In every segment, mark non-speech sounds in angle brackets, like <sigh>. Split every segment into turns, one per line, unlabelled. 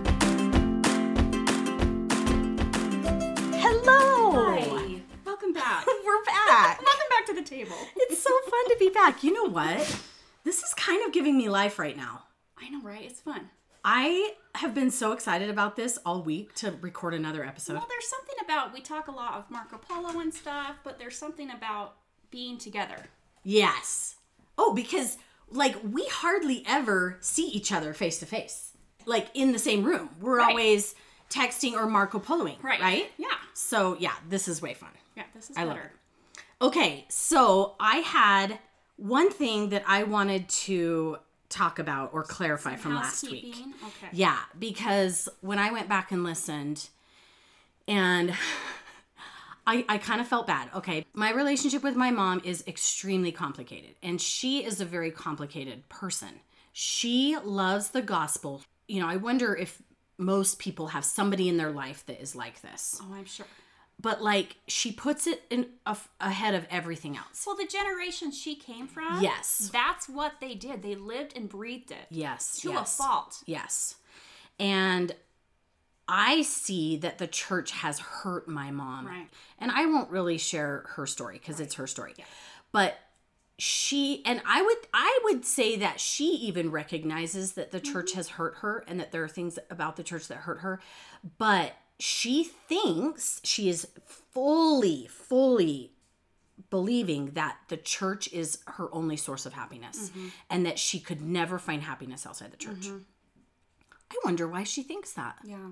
<laughs>
<laughs> table.
It's so fun to be back. You know what? This is kind of giving me life right now.
I know, right? It's fun.
I have been so excited about this all week to record another episode.
Well, there's something about we talk a lot of Marco Polo and stuff, but there's something about being together.
Yes. Oh, because like we hardly ever see each other face to face, like in the same room. We're
Right.
always texting or Marco Poloing, right?
Yeah.
So, yeah, this is way fun.
Yeah. This is
I love
better.
Okay, so I had one thing that I wanted to talk about or clarify from last week.
Housekeeping. Okay.
Yeah, because when I went back and listened, and I, I kind of felt bad. Okay, my relationship with my mom is extremely complicated, and she is a very complicated person. She loves the gospel. You know, I wonder if most people have somebody in their life that is like this,
Oh, I'm sure.
but like she puts it in a, ahead of everything else.
So the generation she came from.
Yes.
That's what they did. They lived and breathed it
Yes,
to
yes.
a fault.
Yes. And I see that the church has hurt my mom.
Right.
And I won't really share her story because it's her story. But she and I would I would say that she even recognizes that the
Mm-hmm.
church has hurt her and that there are things about the church that hurt her, but she thinks she is fully fully believing that the church is her only source of happiness
Mm-hmm.
and that she could never find happiness outside the church. I wonder why she thinks that.
Yeah.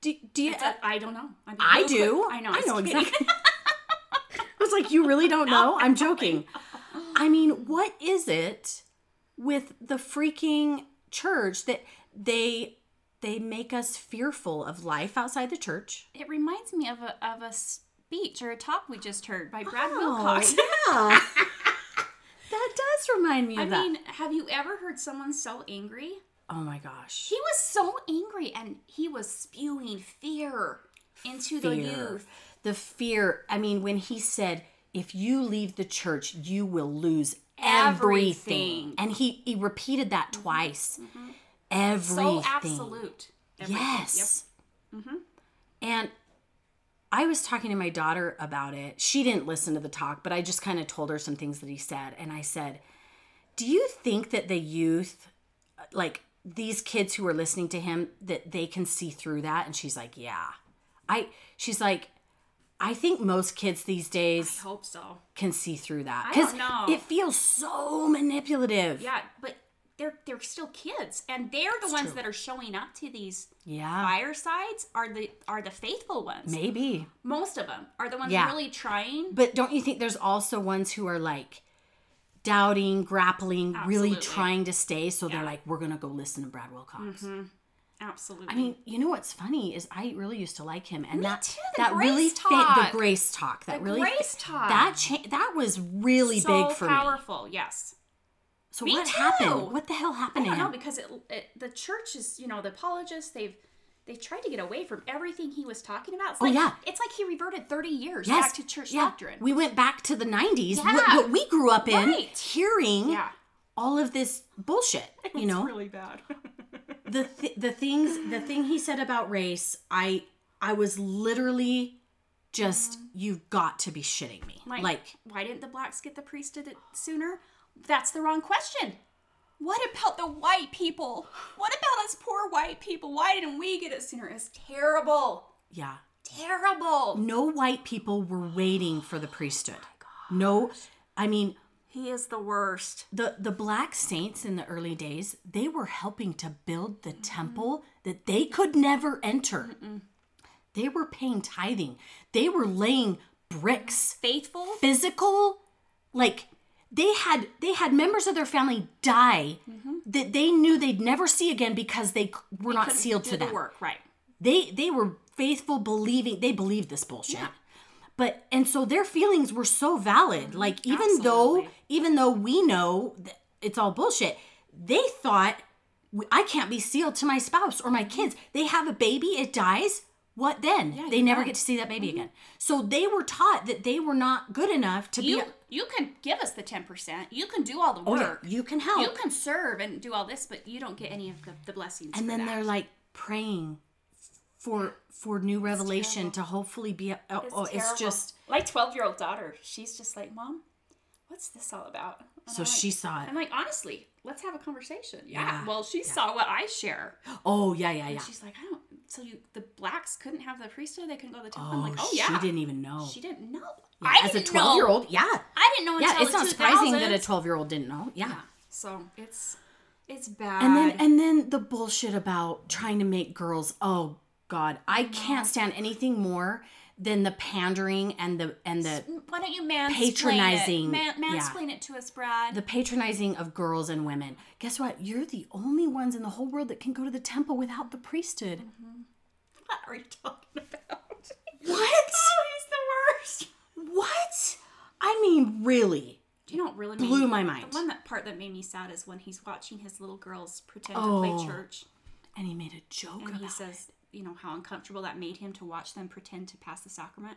Do, do you?
I- I don't know. I,
I do.
I know.
I know
It's-
exactly. <laughs> I was like, you really
<laughs>
don't know? I'm joking. I mean, what is it with the freaking church that they they make us fearful of life outside the church?
It reminds me of a of a speech or a talk we just heard by Brad Wilcox.
yeah.
<laughs>
that does remind me of
I
that.
mean, have you ever heard someone so angry?
oh my gosh.
He was so angry and he was spewing fear into the
fear.
youth.
The fear. I mean, when he said, if you leave the church, you will lose everything.
Everything.
And he, he repeated that twice.
So
Everything.
absolute. Everything.
Yes.
Mm-hmm.
And I was talking to my daughter about it. She didn't listen to the talk, but I just kind of told her some things that he said. And I said, Do you think that the youth, like these kids who are listening to him, that they can see through that? And she's like, Yeah. I, she's like, I think most kids these
Yep.
days
Hope so.
can see through that
I don't know.
it feels so manipulative.
Yeah, but they're they're still kids and they're the ones that are showing up to these
Yeah.
firesides are the are the faithful ones.
Maybe.
Most of them are the ones
Yeah.
really trying.
But don't you think there's also ones who are like doubting, grappling, really
Absolutely.
trying to stay? So they're like, we're going to go listen to Brad Wilcox.
Mm-hmm. Absolutely.
I mean, you know what's funny is I really used to like him, and that
too, the
that really
grace
fit
talk.
the grace talk. That
The
really fit-
grace talk.
That cha- that was really
so
big for me.
powerful. Yes.
So
Me
what
too.
happened? What the hell happened
I
to
don't know
him?
because it, it the church is you know the apologists they've they tried to get away from everything he was talking about. It's
Oh,
like,
yeah.
it's like he reverted thirty years
Yes,
back to church
yeah.
doctrine.
We went back to the '90s, what,
Yeah.
what we grew up in,
Right.
hearing
yeah,
all of this bullshit. You know,
really bad. <laughs>
the th- the things the thing he said about race i i was literally just you've got to be shitting me
like,
like,
why didn't the blacks get the priesthood sooner? That's the wrong question. What about the white people? What about us poor white people? Why didn't we get it sooner? It's terrible,
yeah
terrible.
no white people were waiting for the priesthood no i mean
He is the worst.
the the black saints in the early days they were helping to build the temple that they could never enter they were paying tithing they were laying bricks
Faithful.
physical like they had they had members of their family die
Mm-hmm.
that they knew they'd never see again because they c- were not
couldn't
sealed
do
to
the
them
work right.
they they were faithful believing they believed this bullshit but and so their feelings were so valid like even though
Absolutely.
even though we know th- it's all bullshit they thought "W- i can't be sealed to my spouse or my kids
Mm-hmm.
they have a baby it dies what then they
you're
never
right.
get to see that baby
Mm-hmm.
again so they were taught that they were not good enough to
You
be
you can give us the ten percent. You can do all the work.
Oh, you can help
You can serve and do all this, but you don't get any of the, the blessings.
and
for
then
that.
they're like praying for for new revelation to hopefully be oh,
It's
oh, it's
terrible.
just
my twelve year old daughter. She's just like, Mom, what's this all about? And
so
I'm like-
she saw it.
I'm like, honestly, let's have a conversation. Yeah.
Yeah,
Well, she saw what I share.
<gasps> Oh yeah, yeah, yeah.
She's like, I don't. So you, the blacks couldn't have the priesthood. They couldn't go to the temple.
Oh,
I'm like, oh yeah.
she didn't even know.
She didn't know.
Yeah,
I
as a
didn't know.
twelve year old, yeah,
I didn't know.
yeah.
until
It's
the
not surprising that a
2000s.
twelve year old didn't know. Yeah.
So it's it's bad.
And then and then the bullshit about trying to make girls. Oh God, I can't stand anything more than the pandering and the and the
why don't you mansplain
Patronizing,
it? Man,
yeah.
mansplain it to us, Brad.
the patronizing of girls and women. Guess what? You're the only ones in the whole world that can go to the temple without the priesthood.
Mm-hmm. what are you talking about? <laughs>
What?
oh, he's the worst.
What? I mean, really
Do you know what really
blew
made
my mind.
The one that part that made me sad is when he's watching his little girls pretend to
Oh.
play church,
And he made a joke
and
about
he says, you know, how uncomfortable that made him to watch them pretend to pass the sacrament.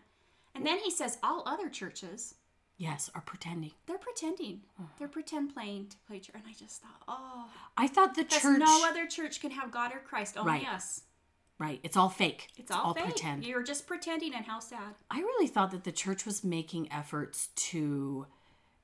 And then he says, all other churches,
yes, or pretending.
they're pretending,
Oh.
they're pretend playing to play church. And I just thought, oh,
I thought the
because
church
no other church can have God or Christ, only
Right.
us.
right. It's all fake.
It's all, fake.
pretend.
You're just pretending, and how sad.
I really thought that the church was making efforts to,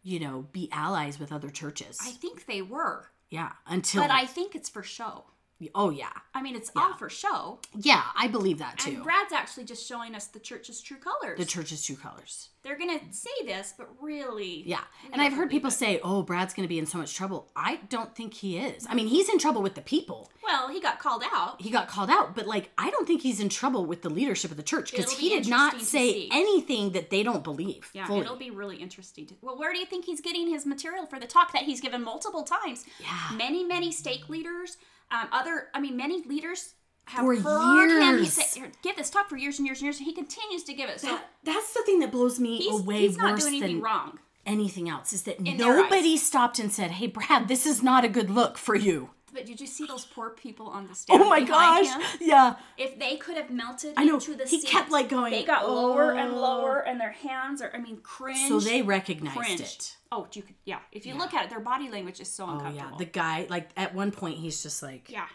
you know, be allies with other churches.
I think they were,
yeah, until
but I think it's for show.
oh yeah,
I mean, it's all for show.
yeah, I believe that too.
And Brad's actually just showing us the church's true colors.
the church's true colors.
they're gonna say this, but really,
Yeah, and I've heard people say, "Oh, Brad's going to be in so much trouble." I don't think he is. I mean, he's in trouble with the people.
Well, he got called out.
He got called out, but like, I don't think he's in trouble with the leadership of the church because
It'll
he
be
did not
interesting to
say
see.
anything that they don't believe.
Yeah,
fully.
it'll be really interesting. To, well, where do you think he's getting his material for the talk that he's given multiple times?
Yeah.
many many stake leaders, um, other I mean many leaders have
For
heard him. He
years.
said, "Here, "Give this talk for years and years and years," and he continues to give it. So
That- that's the thing that blows me
he's,
away
he's not
worse
doing anything
than
wrong.
anything else is that
their eyes.
nobody stopped and said, "Hey, Brad, this is not a good look for you."
But did you see those poor people on the stage?
Oh my
behind
gosh!
him?
Yeah,
If they could have melted
know.
into the
He
seat,
kept, like, going,
They got lower and
"Oh."
lower, and their hands are. I mean, cringe.
so they recognized
cringe.
it.
Oh, you could. Yeah, if you look at it, their body language is so
Oh
uncomfortable.
yeah, the guy like at one point he's just like, <laughs>
Yeah.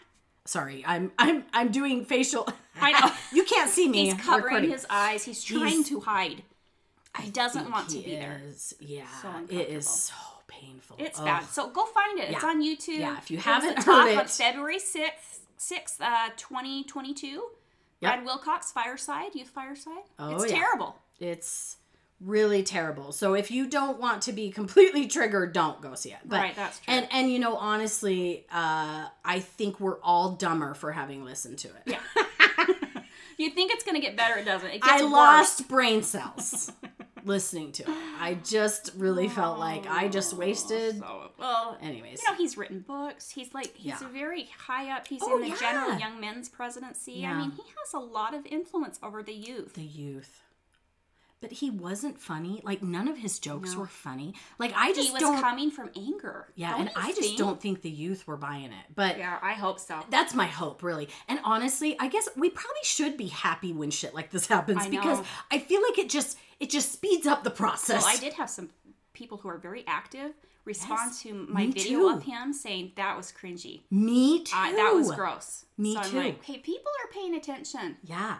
"Sorry, I'm I'm I'm doing facial." <laughs>
I know.
you can't see me.
He's covering
recording.
his eyes. He's trying to hide. He doesn't want to
He
be there.
is- Yeah,
uncomfortable.
it is so painful.
It's
Ugh.
bad. So go find it. It's
Yeah.
on YouTube.
Yeah, if you
There was a
haven't
talk
heard
on
it.
February 6th, 6th uh, 2022.
Yep.
Brad Wilcox, Fireside, Youth Fireside.
Oh,
it's
yeah.
terrible.
It's really terrible. So if you don't want to be completely triggered, don't go see it. But,
Right, that's true.
And and you know, honestly, uh, I think we're all dumber for having listened to it. Yeah,
You think it's going to get better. It doesn't. It gets
I
worse.
lost brain
<laughs>
cells listening to it. I just really felt like I just wasted.
Oh, So, well,
Anyways,
you know, he's written books. He's like, he's
Yeah.
very high up. He's
Oh,
in the general
yeah.
young men's presidency.
Yeah.
I mean, he has a lot of influence over the youth.
the youth. But he wasn't funny. Like none of his jokes were funny. Like I just
he was
don't.
coming from anger.
yeah,
Don't
and
you
I just
think?
don't think the youth were buying it. But
Yeah, I hope so.
That's my hope, really. And honestly, I guess we probably should be happy when shit like this happens
I know.
because I feel like it just it just speeds up the process.
Well, I did have some people who are very active respond to
me
my video
too.
of him saying that was cringy.
Me too.
Uh, that was gross.
Me
so
too.
I'm like, hey, people are paying attention.
Yeah.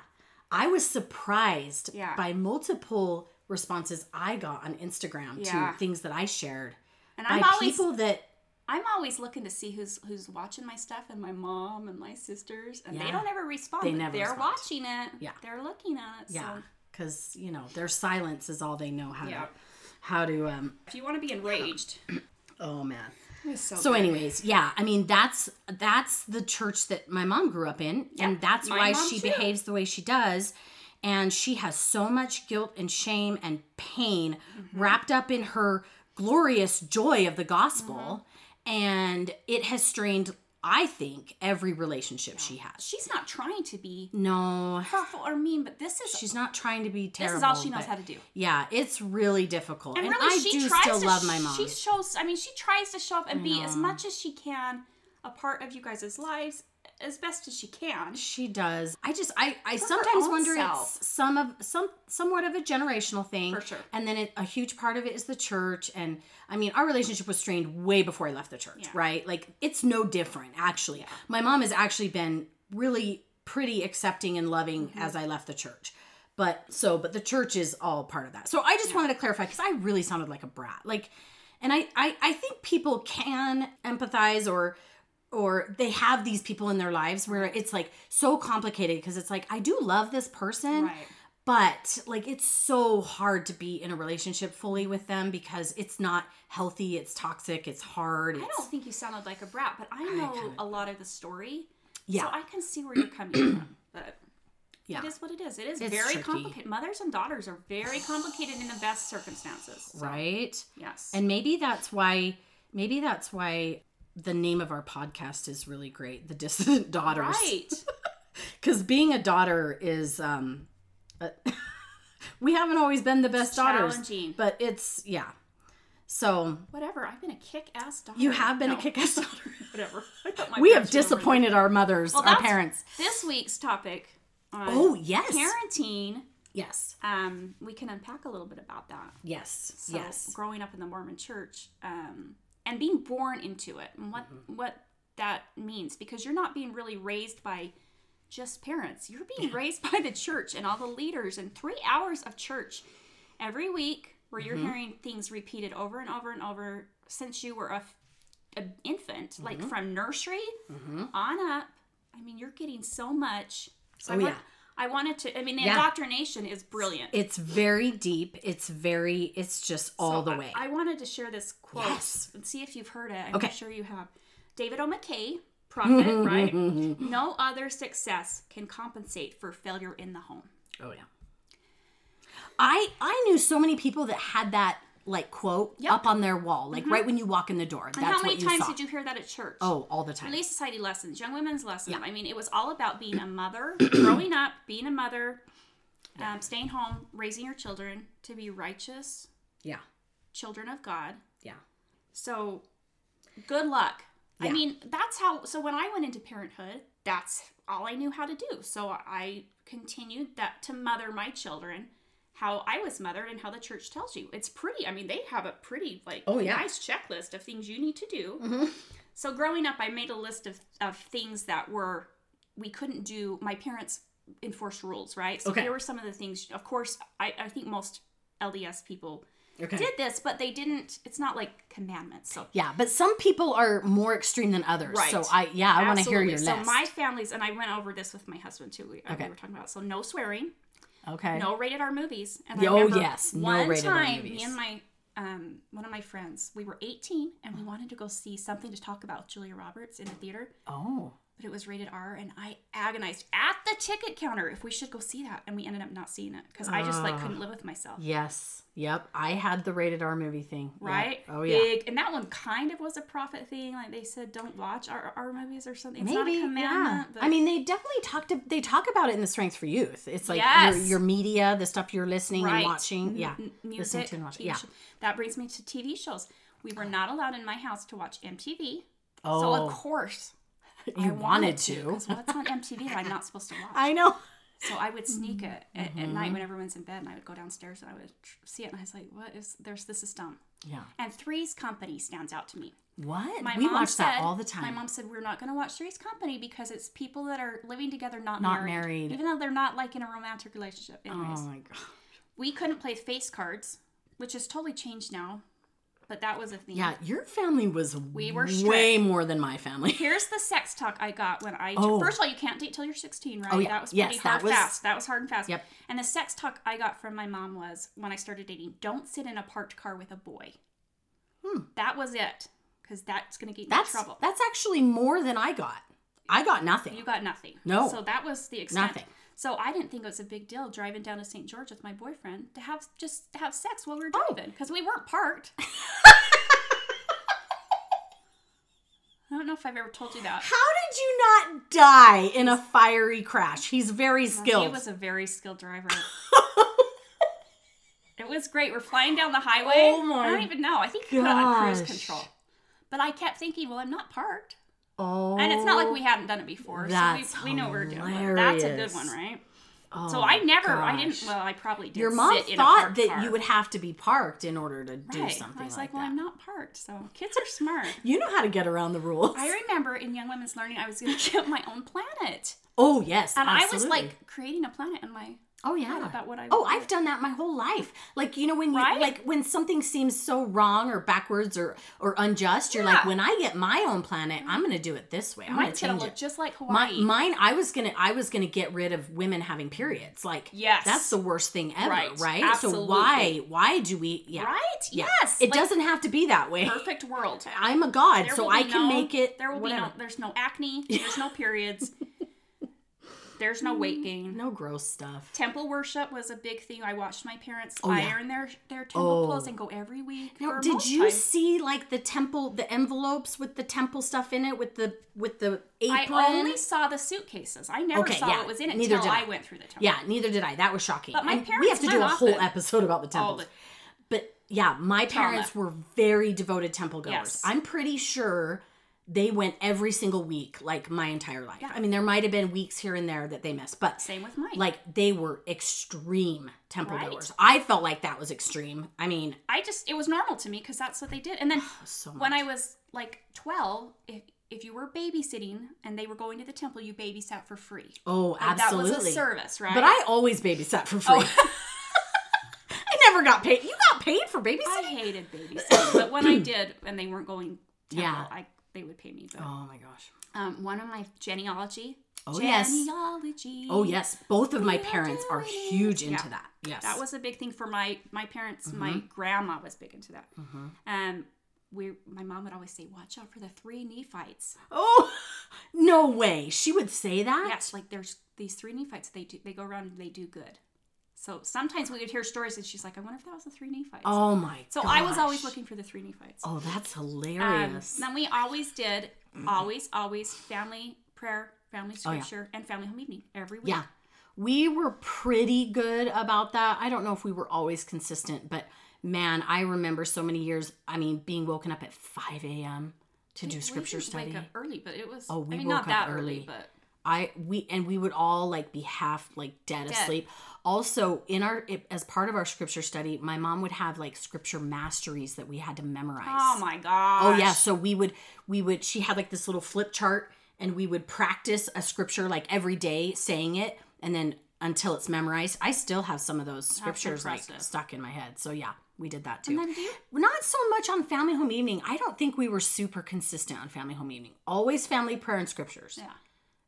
I was surprised
Yeah.
by multiple responses I got on Instagram
Yeah.
to things that I shared
And
by
I'm always
people that
I'm always looking to see who's who's watching my stuff and my mom and my sisters and
Yeah.
they don't ever respond.
They
but
never
they're
respond.
watching it.
Yeah.
They're looking at it.
yeah,
So
because you know their silence is all they know how
Yeah.
to how to um.
if you want to be enraged.
Oh man.
So,
So, anyways, yeah, I mean that's that's the church that my mom grew up in, and that's
my
why
mom
she
too.
behaves the way she does, and she has so much guilt and shame and pain
Mm-hmm.
wrapped up in her glorious joy of the gospel,
Mm-hmm.
and it has strained, I think, every relationship she has.
<clears throat> she's not trying to be
No,
hurtful or mean, but this is
she's not trying to be
this
terrible.
is all she knows
but-
how to do.
Yeah, it's really difficult, and,
And really,
I
she
do
tries
still
to
love my mom.
She shows. I mean, she tries to show up and be as much as she can a part of you guys' lives as best as she can.
She does. I just I I
her
sometimes
own
wonder
self.
it's some of some somewhat of a generational thing.
For sure.
And then it, a huge part of it is the church and I mean our relationship was strained way before I left the church, right? Like it's no different actually. My mom has actually been really pretty accepting and loving as I left the church. But so, but the church is all part of that. So I just wanted to clarify because I really sounded like a brat. Like, and I, I, I think people can empathize or, or they have these people in their lives where it's like so complicated because it's like, I do love this person,
Right.
but like it's so hard to be in a relationship fully with them because it's not healthy, it's toxic, it's hard.
I
It's,
don't think you sounded like a brat, but I know a lot of the story.
Yeah.
So I can see where you're coming
<clears throat>
from. But
yeah.
it is what it is. It is
It's
very
tricky.
complicated. Mothers and daughters are very complicated in the best circumstances. So,
right.
Yes.
And maybe that's why maybe that's why the name of our podcast is really great, The Dissident <laughs> Daughters.
right.
Cuz being a daughter is um uh, <laughs> we haven't always been the best daughters,
Challenging.
but it's yeah. So,
Whatever. I've been a kick ass daughter.
you have been
No,
a kick-ass <laughs> daughter.
<laughs> Whatever. I thought my
We have
parents were really-
disappointed our mothers, our
that's-
parents.
This week's topic on
Oh, yes.
parenting,
Yes.
um, we can unpack a little bit about that.
Yes.
So,
yes.
growing up in the Mormon church um, and being born into it and what
Mm-hmm.
what that means because you're not being really raised by just parents. You're being raised <laughs> by the church and all the leaders and 3 hours of church every week where you're
Mm-hmm.
hearing things repeated over and over and over since you were a, f- a infant
Mm-hmm.
like from nursery on up. I mean, you're getting so much. So
Oh,
I want-
yeah.
I wanted to. I mean, the
Yeah.
indoctrination is brilliant
It's very deep. It's very it's just all the
so I-
way.
I, wanted to share this quote
Yes.
and see if you've heard it. I'm
Okay.
sure you have. David O. McKay,
<laughs>
prophet, right? No other success can compensate for failure in the home.
Oh yeah. I I knew so many people that had that like quote up on their wall, like right when you walk in the door.
Mm-hmm. And
That's
how many
what you
times
saw.
did you hear that at church?
Oh, all the time.
Relief Society lessons, young women's lessons. I mean, it was all about being a
<clears throat>
mother, growing up, being a mother, um, staying home, raising your children to be righteous
Yeah,
children of God.
yeah,
So good luck. I
Yeah.
mean, that's how so when I went into parenthood, that's all I knew how to do. So I continued that to mother my children how I was mothered and how the church tells you. It's pretty. I mean, they have a pretty like
Oh, yeah. Mm-hmm.
nice checklist of things you need to do. So growing up, I made a list of of things that were we couldn't do. My parents enforced rules, right? So
Okay.
here were some of the things. Of course, I, I think most LDS people
okay.
did this, but they didn't. It's not like commandments. So
yeah, but some people are more extreme than others.
Right.
So I yeah, I want to hear
Absolutely.
your
so
list.
my family's and I went over this with my husband too. We,
Okay.
we were talking about so no swearing,
okay.
no rated R movies. And
Yeah,
I
oh,
remember
yes, no
one
rated R
time
movies.
me and my um, one of my friends we were 18 and we wanted to go see something to talk about Julia Roberts in the theater,
Oh.
but it was rated R and I agonized at the ticket counter if we should go see that, and we ended up not seeing it because I just like
Ah.
couldn't live with myself.
Yes. Yep. I had the rated R movie thing. Yep.
Right?
Oh yeah.
Big, and that one kind of was a profit thing. Like they said, don't watch our, our movies or something. It's not a
Maybe. Yeah.
commandment. But
I mean, they definitely talked. To, they talk about it in the Strength for Youth. It's like your,
Yes.
your media, the stuff you're listening
Right.
and watching. Yeah.
m-
Listen
music,
to and watch.
TV
Yeah.
show- That brings me to TV shows. We were not allowed in my house to watch MTV.
Oh,
So of course
you wanted, to.
'cause what's on MTV that I'm not
<laughs>
supposed to watch?
I know.
so I would sneak it at, at
Mm-hmm.
night when everyone's in bed, and I would go downstairs and I would tr- see it, and I was like, "What is? There's this is dumb."
Yeah.
And Three's Company stands out to me.
What?
My
we
mom
watch that
said-
all the time.
My mom said we're not going to watch Three's Company because it's people that are living together, not,
Not married.
married, even though they're not like in a romantic relationship. Anyways,
oh my god.
we couldn't play face cards, which has totally changed now, but that was a thing.
Yeah, your family was
We were
way more than my
<laughs>
family.
Here's the sex talk I got when I
Oh.
first of all you can't date till you're 16, right?
Oh, yeah.
That was pretty
Yes, that
hard
was-
fast. That was hard and fast.
Yep.
And the sex talk I got from my mom was when I started dating, don't sit in a parked car with a boy. That was it, because that's going to get you in
Hmm. That's
trouble.
that's actually more than I got. I got nothing.
You got nothing.
No.
So that was the extent.
Nothing.
So I didn't think it was a big deal driving down to St. George with my boyfriend to have just to have sex while we were
Oh.
driving because we weren't
<laughs>
parked. I don't know if I've ever told you that.
How did you not die in a fiery crash? He's very
He
skilled.
was a very skilled
<laughs>
driver. it was great. We're flying down the highway.
Oh my
I don't even know. I think we put it on cruise
gosh.
control. But I kept thinking, well, I'm not parked.
oh,
And it's not like we hadn't done it before.
that's
so we, we know what we're doing. That's a good
hilarious.
one, right?
Oh,
so I never, I
gosh.
didn't. Well, I probably did.
Your mom
sit in a
thought
parked
that
car.
you would have to be parked in order to do
Right.
something
I was
like,
like, well,
that.
I'm not parked, so kids
<laughs>
are smart.
You know how to get around the rules.
I remember in Young Women's Learning, I was <laughs> going to get my own planet,
<laughs> oh yes,
and I was
absolutely.
like creating a planet in my
oh yeah.
head about what I.
Oh,
would do.
I've done that my whole life. Like you know when you
Right?
like when something seems so wrong or backwards or or unjust, you're like,
Yeah.
when I get my own planet, I'm gonna do it this way. I'm gonna
Mine's gonna
change
look
it.
just like
My,
Hawaii.
mine, I was gonna, I was gonna get rid of women having periods. Like,
Yes.
that's the worst thing ever, right?
Right.
So why, why do we? Yeah,
Right?
Yeah.
Yes.
It
like,
doesn't have to be that way.
Perfect world.
I'm a god,
There
so
will
I
be
can
no-
make it.
There will
whatever.
be no. There's no
<laughs>
acne. There's no periods. there's no weight gain.
no gross stuff.
Temple worship was a big thing. I watched my parents
Oh, yeah.
iron their their temple
Oh.
clothes and go every week.
Now,
for
did
most
you
time.
see like the temple, the envelopes with the temple stuff in it, with the with the
I
apron?
only saw the suitcases. I never
Okay,
saw
yeah.
what was in it
Neither
until
did I.
I went through the temple.
yeah, neither did I. That was shocking.
But my
And we
parents
have to do
went
a
off
whole
it.
episode about the temples.
the-
but yeah, my parents were very devoted temple goers.
Yes.
I'm pretty sure they went every single week, like my entire life. I mean, there might have been weeks here and there that they missed, but
Same with mine.
like they were extreme temple
Right.
goers. I felt like that was extreme. I mean,
I just it was normal to me because that's what they did. And then
<sighs> so much.
when I was like twelve, if if you were babysitting and they were going to the temple, you babysat for free.
oh,
Like,
absolutely.
That was a Oh. service, right?
But I always babysat for free. <laughs> I never got paid. You got paid for babysitting?
I hated babysitting,
<clears throat>
but when I did, and they weren't going, temple,
Yeah.
I they would pay me. But
oh my gosh.
um, one of my genealogy,
Oh, yes.
genealogy.
Oh yes, both of my parents are
Yeah.
huge into
Yeah.
that. Yes.
that was a big thing for my my parents. My
Mm-hmm.
grandma was big into that. Um, we my mom would always say, "Watch out for the three Nephites."
Oh, <laughs> no way. She would say that?
Yes, like there's these three Nephites. They do they go around and they do good. So sometimes we would hear stories, and she's like, "I wonder if that was the three Nephites."
Oh my
so I was always
gosh.
looking for the three Nephites.
Oh, Mm-hmm. that's
Um,
hilarious.
then we always did, always, always family prayer, family scripture, and family home evening every week.
Oh, yeah. We were pretty good about that. I don't know if we were always consistent, but man, I remember so many years, I mean, being woken up at 5 a.m. to do scripture
we didn't
study.
Wake up early, but it was.
Oh, we
I mean,
woke
not
up
that
early.
early, but
I we and we would all like be half like dead, asleep. Also, in our it, as part of our scripture study, my mom would have like scripture masteries that we had to memorize.
oh my gosh.
Oh yeah, so we would we would she had like this little flip chart and we would practice a scripture like every day saying it and then until it's memorized. I still have some of those scriptures like
impressive.
stuck in my head. So yeah, we did that too.
Then do you-
Not so much on family home evening. I don't think we were super consistent on family home evening. Always family prayer and scriptures.
Yeah. Oh,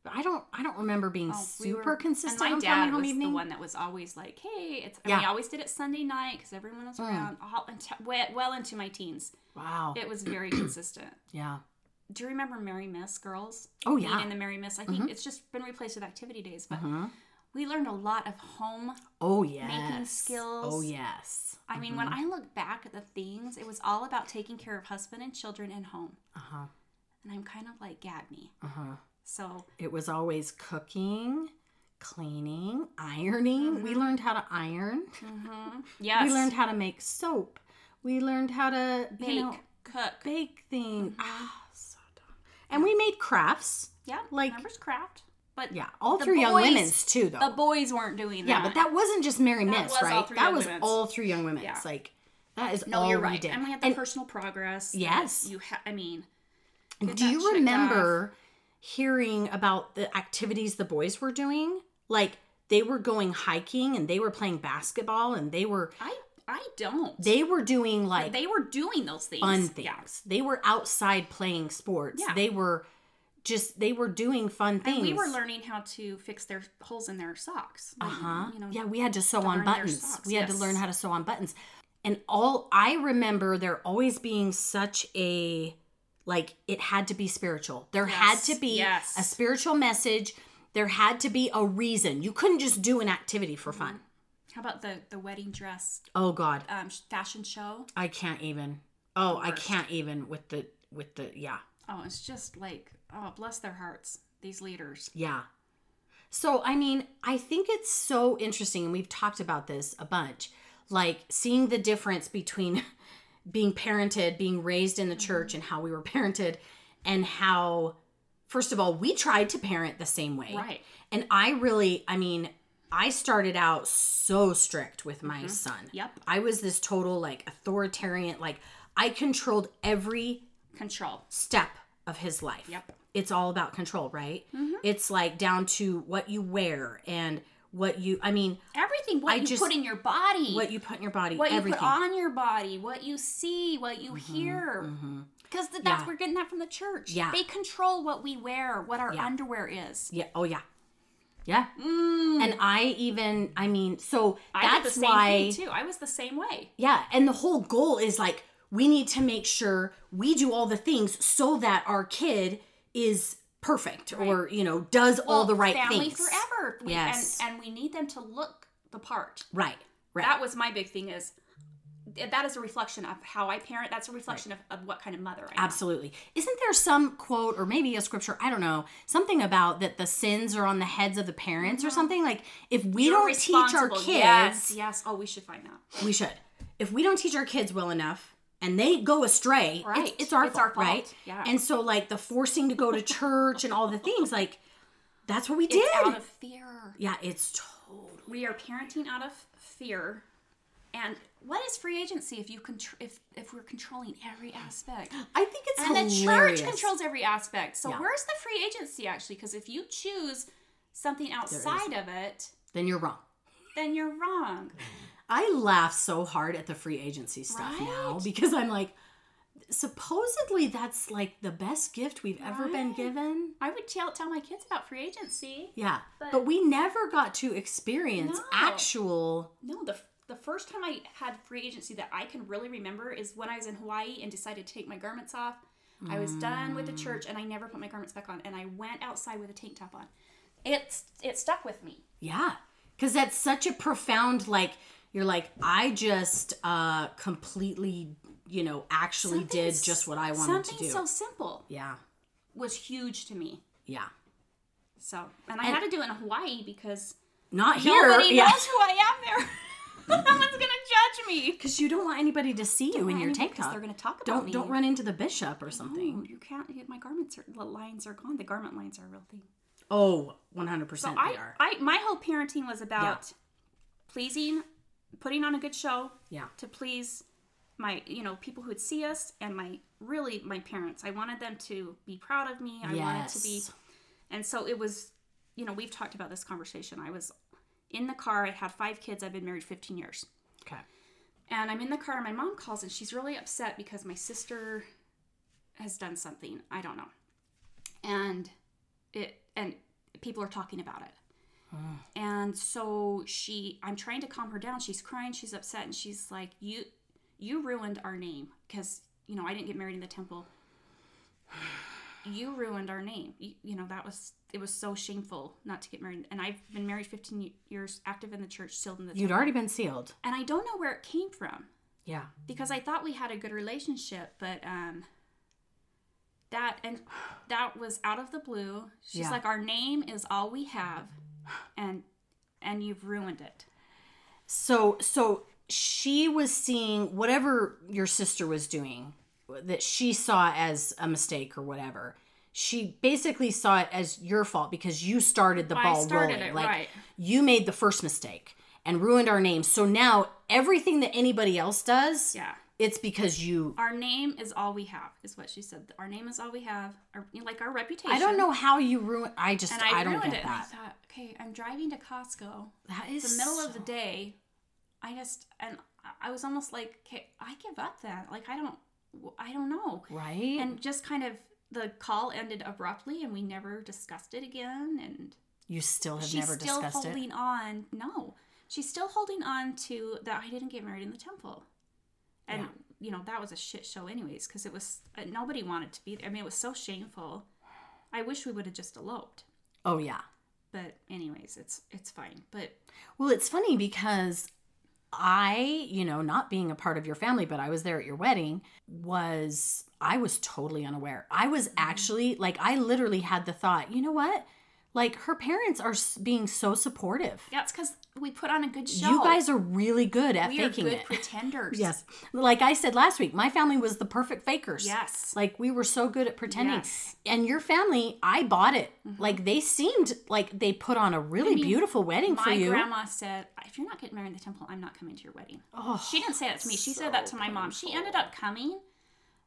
But I don't I don't remember being
we were-
super consistent
And my
on
dad
family home
was
evening.
the one that was always like, "Hey, it's." And
Yeah. Mm.
we always did it Sunday night because everyone was around. All until, we- well into my teens,
Wow.
it was very consistent. <clears throat>
yeah.
Do you remember Mary Miss girls?
Oh
Being
yeah. Mm-hmm.
in the Mary Miss, I think it's just been replaced with activity days, but we learned a lot of home.
Oh yes.
skills.
Oh yes.
I mean,
Mm-hmm.
when I look back at the things, it was all about taking care of husband and children and home,
Uh-huh.
and I'm kind of like gag me.
Uh-huh.
So
It was always cooking, cleaning, ironing. We learned how to iron.
Mm-hmm. yes,
We learned how to make soap. We learned how to
bake, Mm-hmm.
you know,
cook,
bake things. Ah, so dumb. And we made crafts.
yeah,
like-
like numbers craft. But
Yeah, all
The
through Young
boys-
Women's too, though.
the boys weren't doing that.
yeah, but that wasn't just Mary Miss,
was all
right?
through
That
Young
was
Women's.
all through Young Women's.
Yeah.
Like that is
No,
all
you're
we
right.
did.
And we had the personal progress. that
Yes.
You ha- I mean,
Do
that
you
shit
remember hearing about the activities the boys were doing? Like they were going hiking and they were playing basketball and they were
I I don't.
they were doing like
They were doing those things.
fun things.
Yeah.
They were outside playing sports.
Yeah.
They were just they were doing fun things.
And we were learning how to fix their holes in their socks. Uh
Huh? Uh-huh. yeah, we had to sew on
darn their
buttons.
socks,
we had to
yes.
learn how to sew on buttons. And all I remember there always being such a like it had to be spiritual. There
Yes,
had to be
yes.
a spiritual message. There had to be a reason. You couldn't just do an activity for fun.
How about the the wedding dress
Oh god,
um, sh- fashion show?
I can't even. Oh, I can't even with the with the yeah.
Oh, it's just like oh, bless their hearts, these leaders.
Yeah. So, I mean, I think it's so interesting, and we've talked about this a bunch like seeing the difference between <laughs> being parented, being raised in the
Mm-hmm.
church, and how we were parented, and how, first of all, we tried to parent the same way.
Right.
And I really, I mean, I started out so strict with my son.
Mm-hmm. Yep.
I was this total like authoritarian, like I controlled every
Control.
step of his life.
Yep. Mm-hmm.
It's all about control, right? It's like down to what you wear and what you I mean,
Everything what
I
you
just-
put in your body.
what you put in your body,
what you
everything. Mm-hmm,
put on your body, what you see, what you hear. Because that's
Yeah.
we're getting that from the church.
Yeah.
They control what we wear, what our
Yeah.
underwear is.
Yeah. Oh yeah. Yeah. And I even I mean, so
Mm. I
that's
did the same
why
thing too. I was the same way.
Yeah, and the whole goal is like we need to make sure we do all the things so that our kid is perfect or you know does all the right
family
things.
forever. We,
Yes.
and, and we need them to look the part.
Right. Right.
That was my big thing is that is a reflection of how I parent. That's a reflection of, of what kind of mother I am.
Absolutely. Isn't there some quote or maybe a scripture, I don't know, something about that the sins are on the heads of the parents or something like if we
Mm-hmm. You're
don't teach our
responsible.
kids
Yes, yes. Oh, we should find that.
we should. If we don't teach our kids well enough and they go astray,
Right.
it's, it's, our,
It's
fault,
our fault.
right?
Yeah.
And so, like, the forcing to go to church and all the things, like, that's what we did.
It's out of fear.
yeah, it's totally.
we are parenting out of fear and what is free agency if you contr- if if we're controlling every
<gasps>
aspect
I think it's
and
hilarious.
the church controls every aspect so
Yeah.
where's the free agency actually because if you choose something outside of it
Then you're wrong.
then you're wrong
I laugh so hard at the free agency stuff now
Right?
because I'm like, supposedly that's like the best gift we've ever been
Right.
given.
i would tell tell my kids about free agency
Yeah. But,
But-
we never got to experience
No.
actual.
no the f- the first time i had free agency that i can really remember is when i was in hawaii and decided to take my garments off i was done with the
Mm.
church and i never put my garments back on and i went outside with a tank top on it's it stuck with me
Yeah. Cause that's such a profound, like, you're like, I just uh completely, you know, actually did
Something
just what I wanted to
something
do.
so simple
yeah.
was huge to me.
Yeah.
So, and I had to do it in Hawaii because
Not here. <laughs>
nobody
yeah.
knows who I am there. <laughs> no one's gonna judge me.
Cause you don't want anybody to see you in your tank
Because
top.
they're gonna talk about
don't
me.
don't run into the bishop or something.
No, you can't. you- My garments are the lines are gone. The garment lines are a real thing.
Oh, 100% they
I,
are.
I, my whole parenting was about pleasing, putting on a good show
yeah.
to please my, you know, people who would see us and my really my parents. I wanted them to be proud of me. I wanted to be
Yes.
And so it was, you know, we've talked about this conversation. I was in the car, I had five kids, I've been married 15 years.
Okay.
And I'm in the car, and my mom calls, and she's really upset because my sister has done something. I don't know. And it, and people are talking about it. And so she, I'm trying to calm her down. She's crying, she's upset, and she's like, You, you ruined our name because, you know, I didn't get married in the temple. You ruined our name. You, you know, that was, it was so shameful not to get married. And I've been married 15 years, active in the church, sealed in the
You'd
temple.
already been sealed.
And I don't know where it came from
Yeah.
because I thought we had a good relationship, but um that and that was out of the blue. She's
Yeah.
like our name is all we have and and you've ruined it.
So so she was seeing whatever your sister was doing that she saw as a mistake or whatever. She basically saw it as your fault because you started the
I
ball
started
rolling.
it,
like
right.
you made the first mistake and ruined our name. So now everything that anybody else does,
Yeah.
it's because you
Our name is all we have is what she said. Our name is all we have. Our, you know, like our reputation.
I don't know how you ruined I just
And
I,
I,
don't
ruined
get
it. And I
that.
thought, okay, I'm driving to Costco.
That
It's
is
the middle of
so-
the day. I just and I- I was almost like, okay, I give up that. Like I don't, I don't know.
right?
and just kind of the call ended abruptly and we never discussed it again and
you still have
she's
never
still
discussed it.
holding on no she's still holding on to that i didn't get married in the temple and
Yeah.
you know that was a shit show anyways because it was uh, nobody wanted to be there i mean it was so shameful i wish we would have just eloped
Oh yeah.
but anyways it's it's fine but
Well, it's funny because I, you know, not being a part of your family, but I was there at your wedding, was I was totally unaware. I
Mm-hmm.
was actually like, I literally had the thought, you know what? Like, her parents are s- being so supportive.
that's because we put on a good show.
You guys are really good at
we are
faking
good
it. <laughs>
pretenders.
Yes. Like I said last week, my family was the perfect fakers.
Yes.
Like we were so good at pretending.
Yes. Mm-hmm.
And your family, I bought it. Like they seemed like they put on a really
mean,
beautiful wedding for
my
you.
grandma said, "If you're not getting married in the temple, I'm not coming to your wedding."
Oh,
she didn't say that to me. She said that to
so
my mom. She ended up coming,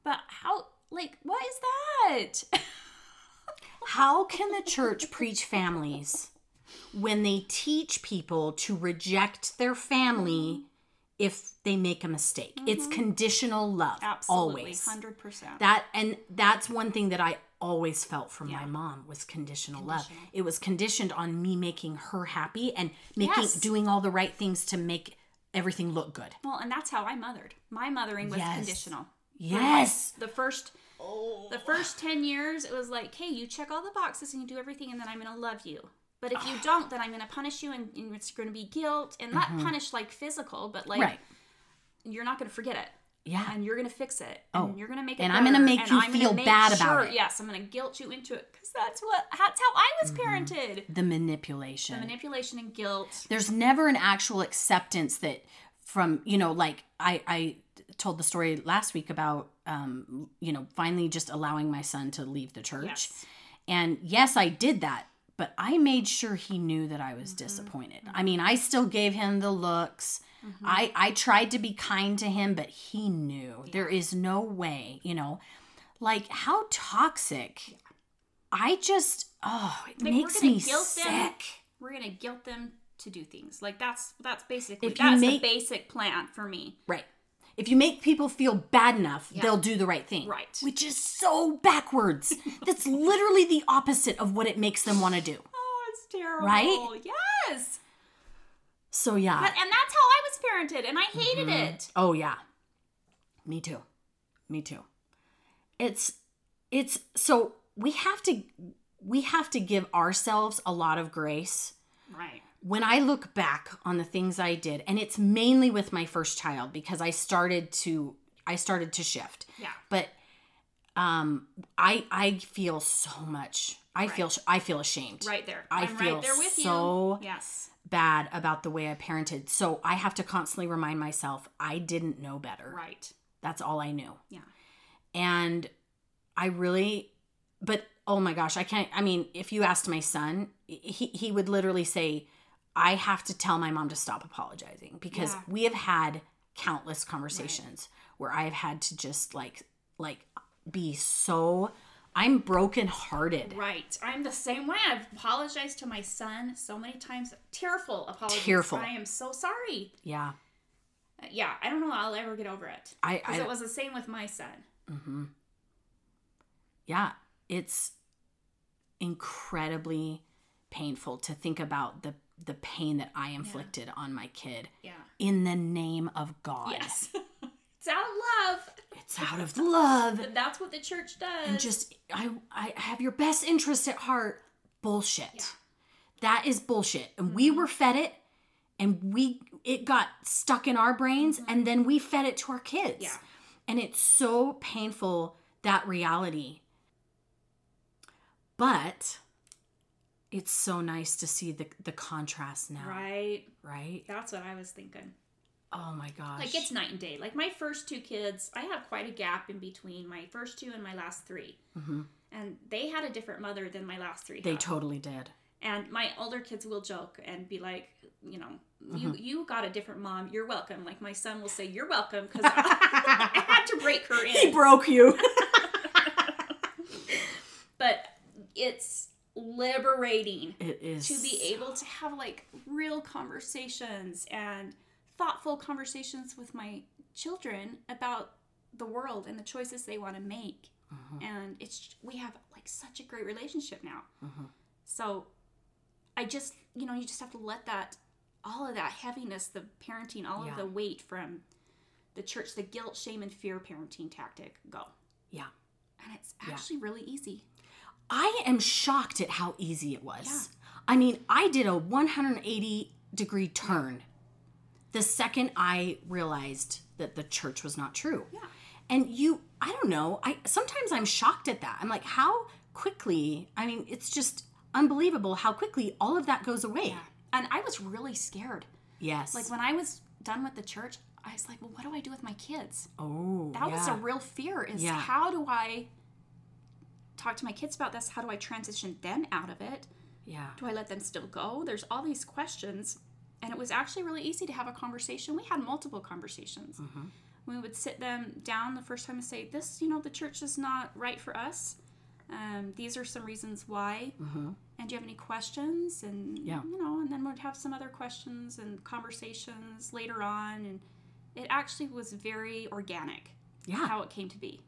but how? Like, what is that? <laughs>
How can the church preach families when they teach people to reject their
Mm-hmm.
family if they make a mistake? It's conditional love
Absolutely,
always.
hundred percent.
That and that's one thing that I always felt from my mom was conditional, love. It was conditioned on me making her happy and making
Yes.
doing all the right things to make everything look good.
Well, and that's how I mothered. My mothering was
Yes.
conditional.
Yes. Oh.
The first, the first ten years, it was like, "Hey, you check all the boxes and you do everything, and then I'm going to love you." But if you don't, then I'm going to punish you, and, and it's going to be guilt, and not punish like physical, but like
Mm-hmm. Right.
you're not going to forget it.
Yeah.
and you're gonna fix it.
Oh,
And you're gonna make it.
and I'm gonna
better,
make
and
you
I'm gonna
feel
make
bad about
sure-
it.
Yes, I'm gonna guilt you into it because that's what that's how I
Mm-hmm.
was parented.
The manipulation.
Manipulation and guilt.
there's never an actual acceptance that from you know like i i told the story last week about um you know finally just allowing my son to leave the church
Yes.
and yes i did that but i made sure he knew that i
Mm-hmm.
was disappointed i mean i still gave him the looks
Mm-hmm.
i i tried to be kind to him but he knew there is no way you know like how toxic i just oh it
Like, we're
makes
gonna
me
guilt
sick
them. We're gonna guilt them to do things. Like that's that's basically
If you
that's
make-
the basic plan for me.
Right. If you make people feel bad enough, they'll do the right thing.
Right.
Which is so
<laughs>
backwards. That's literally the opposite of what it makes them want to do.
Oh, it's terrible.
Right?
Yes.
So yeah.
But, and that's how I was parented, and I hated it.
oh yeah. Me too. Me too. It's it's so we have to we have to give ourselves a lot of grace
Right.
when I look back on the things I did, and it's mainly with my first child because I started to I started to shift.
Yeah.
But um I I feel so much. I feel I feel ashamed.
Right there.
I
am
feel
right there with
so-
you. Yes.
Bad about the way I parented. So I have to constantly remind myself I didn't know better.
Right.
That's all I knew.
Yeah.
And I really but oh my gosh, I can't I mean, if you asked my son, he he would literally say I have to tell my mom to stop apologizing because
Yeah.
we have had countless conversations where I have had to just like like be so I'm brokenhearted.
Right. I'm the same way. I've apologized to my son so many times. Tearful apologies.
Tearful.
I am so sorry.
Yeah.
Uh, Yeah, I don't know how I'll ever get over it.
I
Because
I
it was the same with my son.
Mm-hmm. yeah, it's incredibly painful to think about the the pain that I inflicted on my kid
Yeah.
in the name of God.
Yes. <laughs> it's out of love.
It's out of love.
But that's what the church does.
and just I I have your best interest at heart. Bullshit. That is bullshit. And
Mm-hmm.
we were fed it and we it got stuck in our brains and then we fed it to our kids.
Mm-hmm. Yeah.
And it's so painful that reality. But it's so nice to see the the contrast now, right?
right. That's what I was thinking.
Oh my gosh.
Like it's night and day. Like my first two kids, I have quite a gap in between my first two and my last 3 And they had a different mother than my last three.
Mm-hmm. they
had.
totally
<laughs>
did.
and my older kids will joke and be like you know you you got a different mom you're welcome like my son will say you're welcome
<laughs>
because I, I had to break her
He
in
broke
<laughs>
you.
but it's liberating
it is
to be able to have like real conversations and thoughtful conversations with my children about the world and the choices they want to make
Mm-hmm,
and it's we have like such a great relationship now
mm-hmm.
so i just you know you just have to let that all of that heaviness the parenting all
Yeah.
of the weight from the church the guilt shame and fear parenting tactic go
Yeah.
and it's actually really easy
I am shocked at how easy it was. I mean, I did a 180 degree turn the second I realized that the church was not true.
yeah
And you, I don't know, I sometimes I'm shocked at that. I'm like, how quickly? I mean, it's just unbelievable how quickly all of that goes away.
and I was really scared.
Yes.
Like when I was done with the church, I was like, well, what do I do with my kids?
oh,
That was
yeah.
a real fear is
Yeah.
how do I talk to my kids about this? How do I transition them out of it?
yeah.
Do I let them still go? There's all these questions. And it was actually really easy to have a conversation. We had multiple conversations.
Mm-hmm.
We would sit them down the first time and say, This, you know, the church is not right for us. Um, these are some reasons why. And do you have any questions? And,
Mm-hmm. Yeah.
you know, and then we'd have some other questions and conversations later on. And it actually was very organic
Yeah.
how it came to be.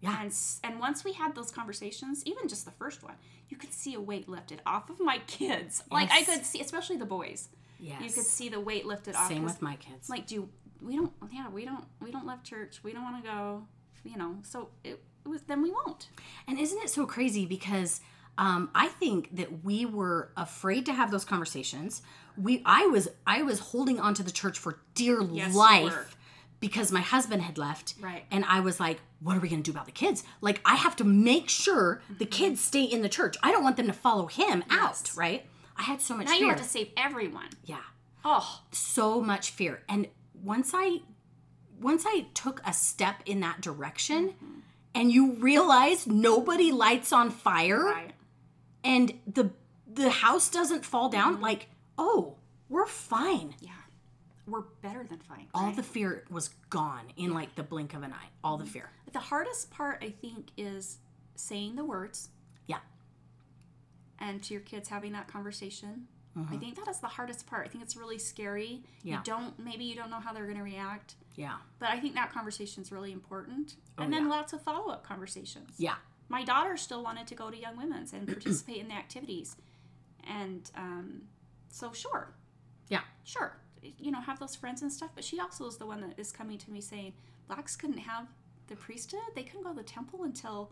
Yeah.
And, s- and once we had those conversations, even just the first one, you could see a weight lifted off of my kids. Like I
Yes.
could see, especially the boys,
Yes.
you could see the weight lifted off.
Same
'cause,
with my kids.
like, do we don't? Yeah, we don't. We don't love church. We don't want to go. You know. So it, it was then we won't.
And isn't it so crazy because um, I think that we were afraid to have those conversations. We I was I was holding on to the church for dear
Yes, you were.
life because my husband had left.
Right.
And I was like, what are we going to do about the kids? Like I have to make sure
Mm-hmm.
the kids stay in the church. I don't want them to follow him out, right? I had so much
Now
fear.
you have to save everyone.
yeah
Oh,
so much fear and once i once i took a step in that direction
Mm-hmm.
and you realize nobody lights on fire
right.
and the the house doesn't fall down
Mm-hmm.
like oh we're fine
Yeah, we're better than fine.
all the fear was gone in like the blink of an eye all the
Mm-hmm.
fear
the hardest part, I think, is saying the words.
yeah
and to your kids having that conversation. I think that is the hardest part. I think it's really scary.
Uh-huh. Yeah.
You don't maybe you don't know how they're going to react,
yeah
but I think that conversation is really important. and then lots of follow-up conversations.
Oh, yeah
My daughter still wanted to go to Young Women's and participate in the activities, and um, so sure,
yeah
sure, you know, have those friends and stuff. But she also is the one that is coming to me saying blacks couldn't have the priesthood; they couldn't go to the temple until.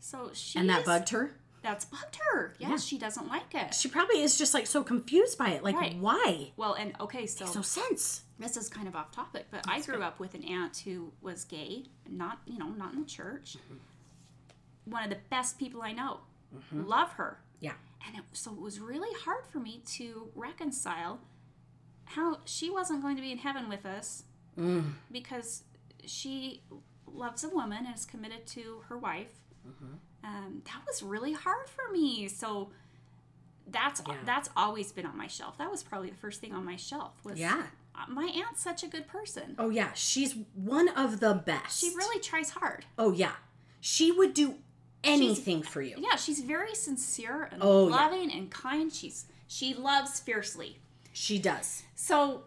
So she
and that bugged her
that's bugged her. Yes, she doesn't like it.
she probably is just like so confused by it like
Right.
why
Well, and okay, so,
so sense
this is kind of off topic, but I grew up with an aunt who was gay, not you know, not in the church. One of the best people I know, love her,
yeah
and it, so it was really hard for me to reconcile how she wasn't going to be in heaven with us
Mm.
because she loves a woman and is committed to her wife.
Mm-hmm.
Um, that was really hard for me. So that's
Yeah.
that's always been on my shelf. That was probably the first thing on my shelf was
yeah
uh, my aunt's such a good person.
oh yeah she's one of the best
She really tries hard.
Oh yeah. She would do anything for you.
Yeah, she's very sincere and
Oh, yeah.
loving and kind. She's she loves fiercely.
She does.
So,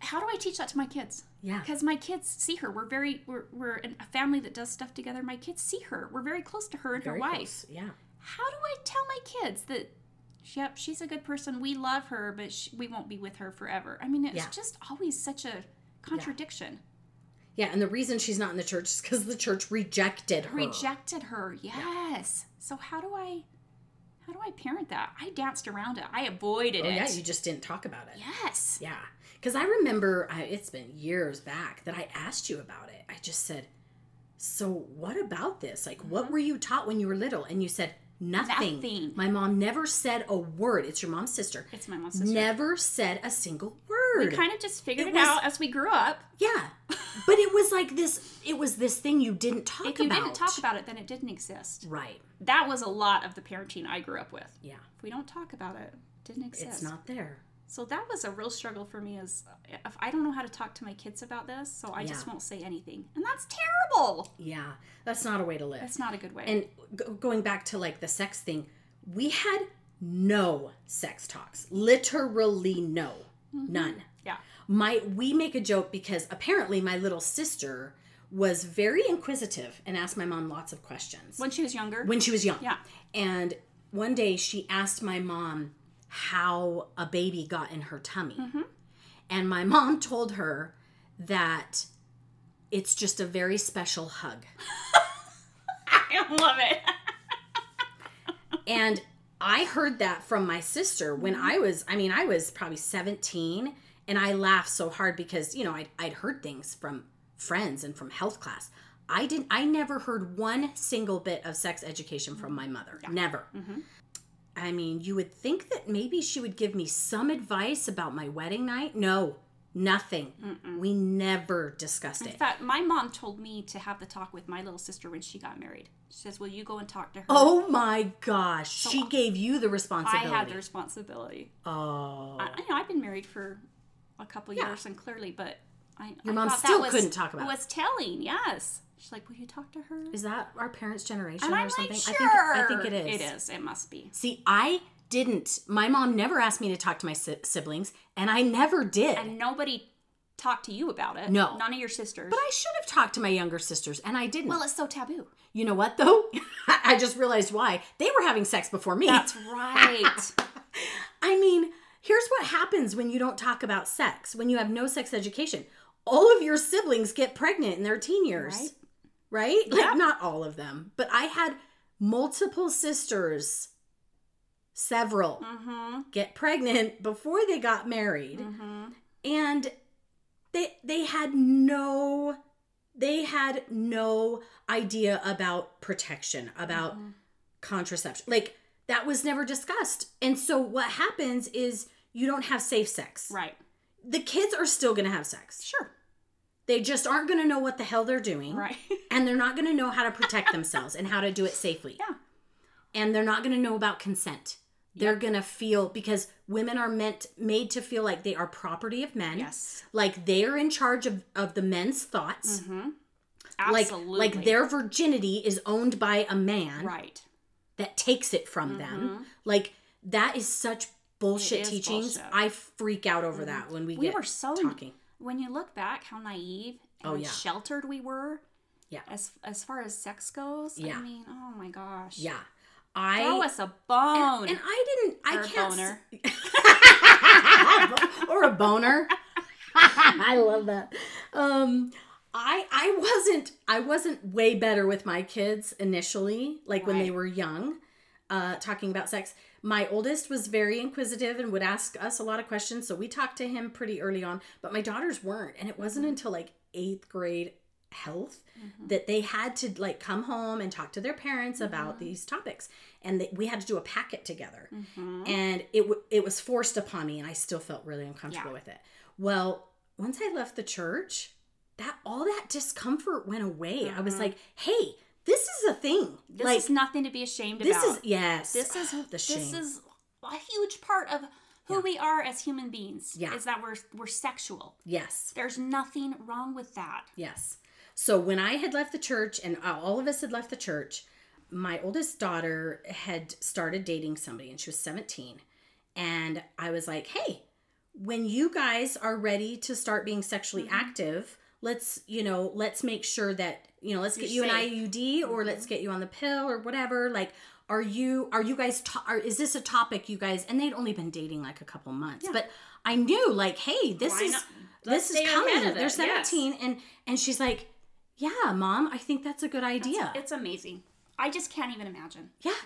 how do I teach that to my kids?
Yeah.
Because my kids see her. We're very we're, we're in a family that does stuff together. My kids see her. We're very close to her and her wife.
close. Yeah.
How do I tell my kids that? Yep, she's a good person. We love her, but sh we won't be with her forever. I mean, it's
Yeah.
just always such a contradiction.
Yeah, and the reason she's not in the church is because the church rejected her.
Rejected her. Yes. So how do I? How do I parent that? I danced around it. I avoided
Oh
it.
yeah, you just didn't talk about it.
yes.
Yeah, because I remember I, it's been years back that I asked you about it. I just said, "So what about this? Like, what were you taught when you were little?" And you said, "Nothing."
Mm-hmm. Nothing.
My mom never said a word. It's your mom's sister.
It's my mom's sister.
Never said a single word.
We kind of just figured
It
it,
was-
out as we grew up. <laughs>
Yeah. But it was like this it was this thing you didn't talk
If you
about.
didn't talk about it, then it didn't exist.
Right.
That was a lot of the parenting I grew up with.
Yeah.
If we don't talk about it, it didn't exist.
It's not there.
So that was a real struggle for me as if I don't know how to talk to my kids about this, so I just
Yeah.
won't say anything. And that's terrible.
Yeah. That's not a way to live.
That's not a good way.
and go going back to like the sex thing, we had no sex talks. Literally no. None.
yeah.
My we make a joke because apparently my little sister was very inquisitive and asked my mom lots of questions.
When she was younger.
when she was young.
Yeah. <laughs>
And one day she asked my mom how a baby got in her tummy. And my mom <laughs> told her that it's just a very special hug.
I love it.
and I heard that from my sister when
Mm-hmm.
I was, I mean, I was probably 17 and I laughed so hard because, you know, I'd, I'd heard things from friends and from health class. I
Mm-hmm.
didn't, I never heard one single bit of sex education from my mother. Never. I mean, you would think that maybe she would give me some advice about my wedding night. No, nothing. We never discussed
In
it.
fact, my mom told me to have the talk with my little sister when she got married. She says, "Will you go and talk to her?"
Oh my gosh, she gave you the
I
responsibility.
had the responsibility.
oh,
I, you know, I've been married for a couple years, and clearly, but I your I
mom
thought that
still
was-
couldn't talk about it.
Was telling, yes. She's like, "Will you talk to her?"
is that our parents' generation
And
or
I'm like,
something?
"Sure."
I think I think it is.
It is. It must be.
See, I didn't. My mom never asked me to talk to my si- siblings, and I never did.
And nobody talked to you about it.
No.
none of your sisters.
I should have talked to my younger sisters, and I didn't.
well, it's
<laughs>
so taboo.
you know what though? <laughs> I just realized why they were having sex before me.
That's
<laughs>
right.
I mean, here's what happens when you don't talk about sex, when you have no sex education. All of your siblings get pregnant in their teen years, right? Like, not all of them, but I had multiple sisters, several,
mm-hmm.
get pregnant before they got married.
Mm-hmm.
and they they had no they had no idea about protection about contraception like that was never discussed and so what happens is you don't have safe sex
Right.
the kids are still going to have sex
Sure.
they just aren't going to know what the hell they're doing
Right. <laughs>
and they're not going to know how to protect themselves and how to do it safely
Yeah.
and they're not going to know about consent they're
Yep.
going to feel because women are meant made to feel like they are property of men
yes.
like they're in charge of of the men's thoughts
Mm-hmm.
like
Absolutely.
like their virginity is owned by a man
right. Mm-hmm.
that takes it from them like that is such bullshit
is
teachings
bullshit. Mm-hmm.
i freak out over that when we,
We
get
were so
talking
when you look back how naive
Oh,
and
yeah.
sheltered we were
Yeah.
as as far as sex goes
Yeah.
i mean oh my gosh
yeah i
throw us a bone
and i didn't i
Or a
can't
boner.
s- <laughs> or a boner i love that um I, I wasn't I wasn't way better with my kids initially, like when they
Right.
were young, uh, talking about sex. My oldest was very inquisitive and would ask us a lot of questions, so we talked to him pretty early on. But my daughters weren't, and it wasn't until like eighth grade health that they had to like come home and talk to their parents about these topics, and that we had to do a packet together
Mhm.
and it w- it was forced upon me and I still felt really uncomfortable
Yeah.
with it. Well, once I left the church, that all that discomfort went away. I was like, "Hey, this is a thing.
Mm-hmm. this
like
is nothing to be ashamed
this
about
is yes.
this is
<sighs> the shame.
this is a huge part of who
Yeah.
we are as human beings
Yeah.
is that we're we're sexual
yes.
there's nothing wrong with that
Yes. So when I had left the church and all of us had left the church, my oldest daughter had started dating somebody and she was 17. And I was like, hey, when you guys are ready to start being sexually
Mm-hmm.
active, let's, you know, let's make sure that, you know, let's get you
You're safe. Mm-hmm.
an IUD or let's get you on the pill or whatever. Like, are you, are you guys, ta- are, is this a topic you guys, and they'd only been dating like a couple months, but I knew like, hey, this
Why
is,
not?
this
stay
is
ahead
coming.
of
They're
it, yes.
17 and and she's like, "Yeah, mom, I think that's a good idea."
it's amazing i just can't even imagine
yeah.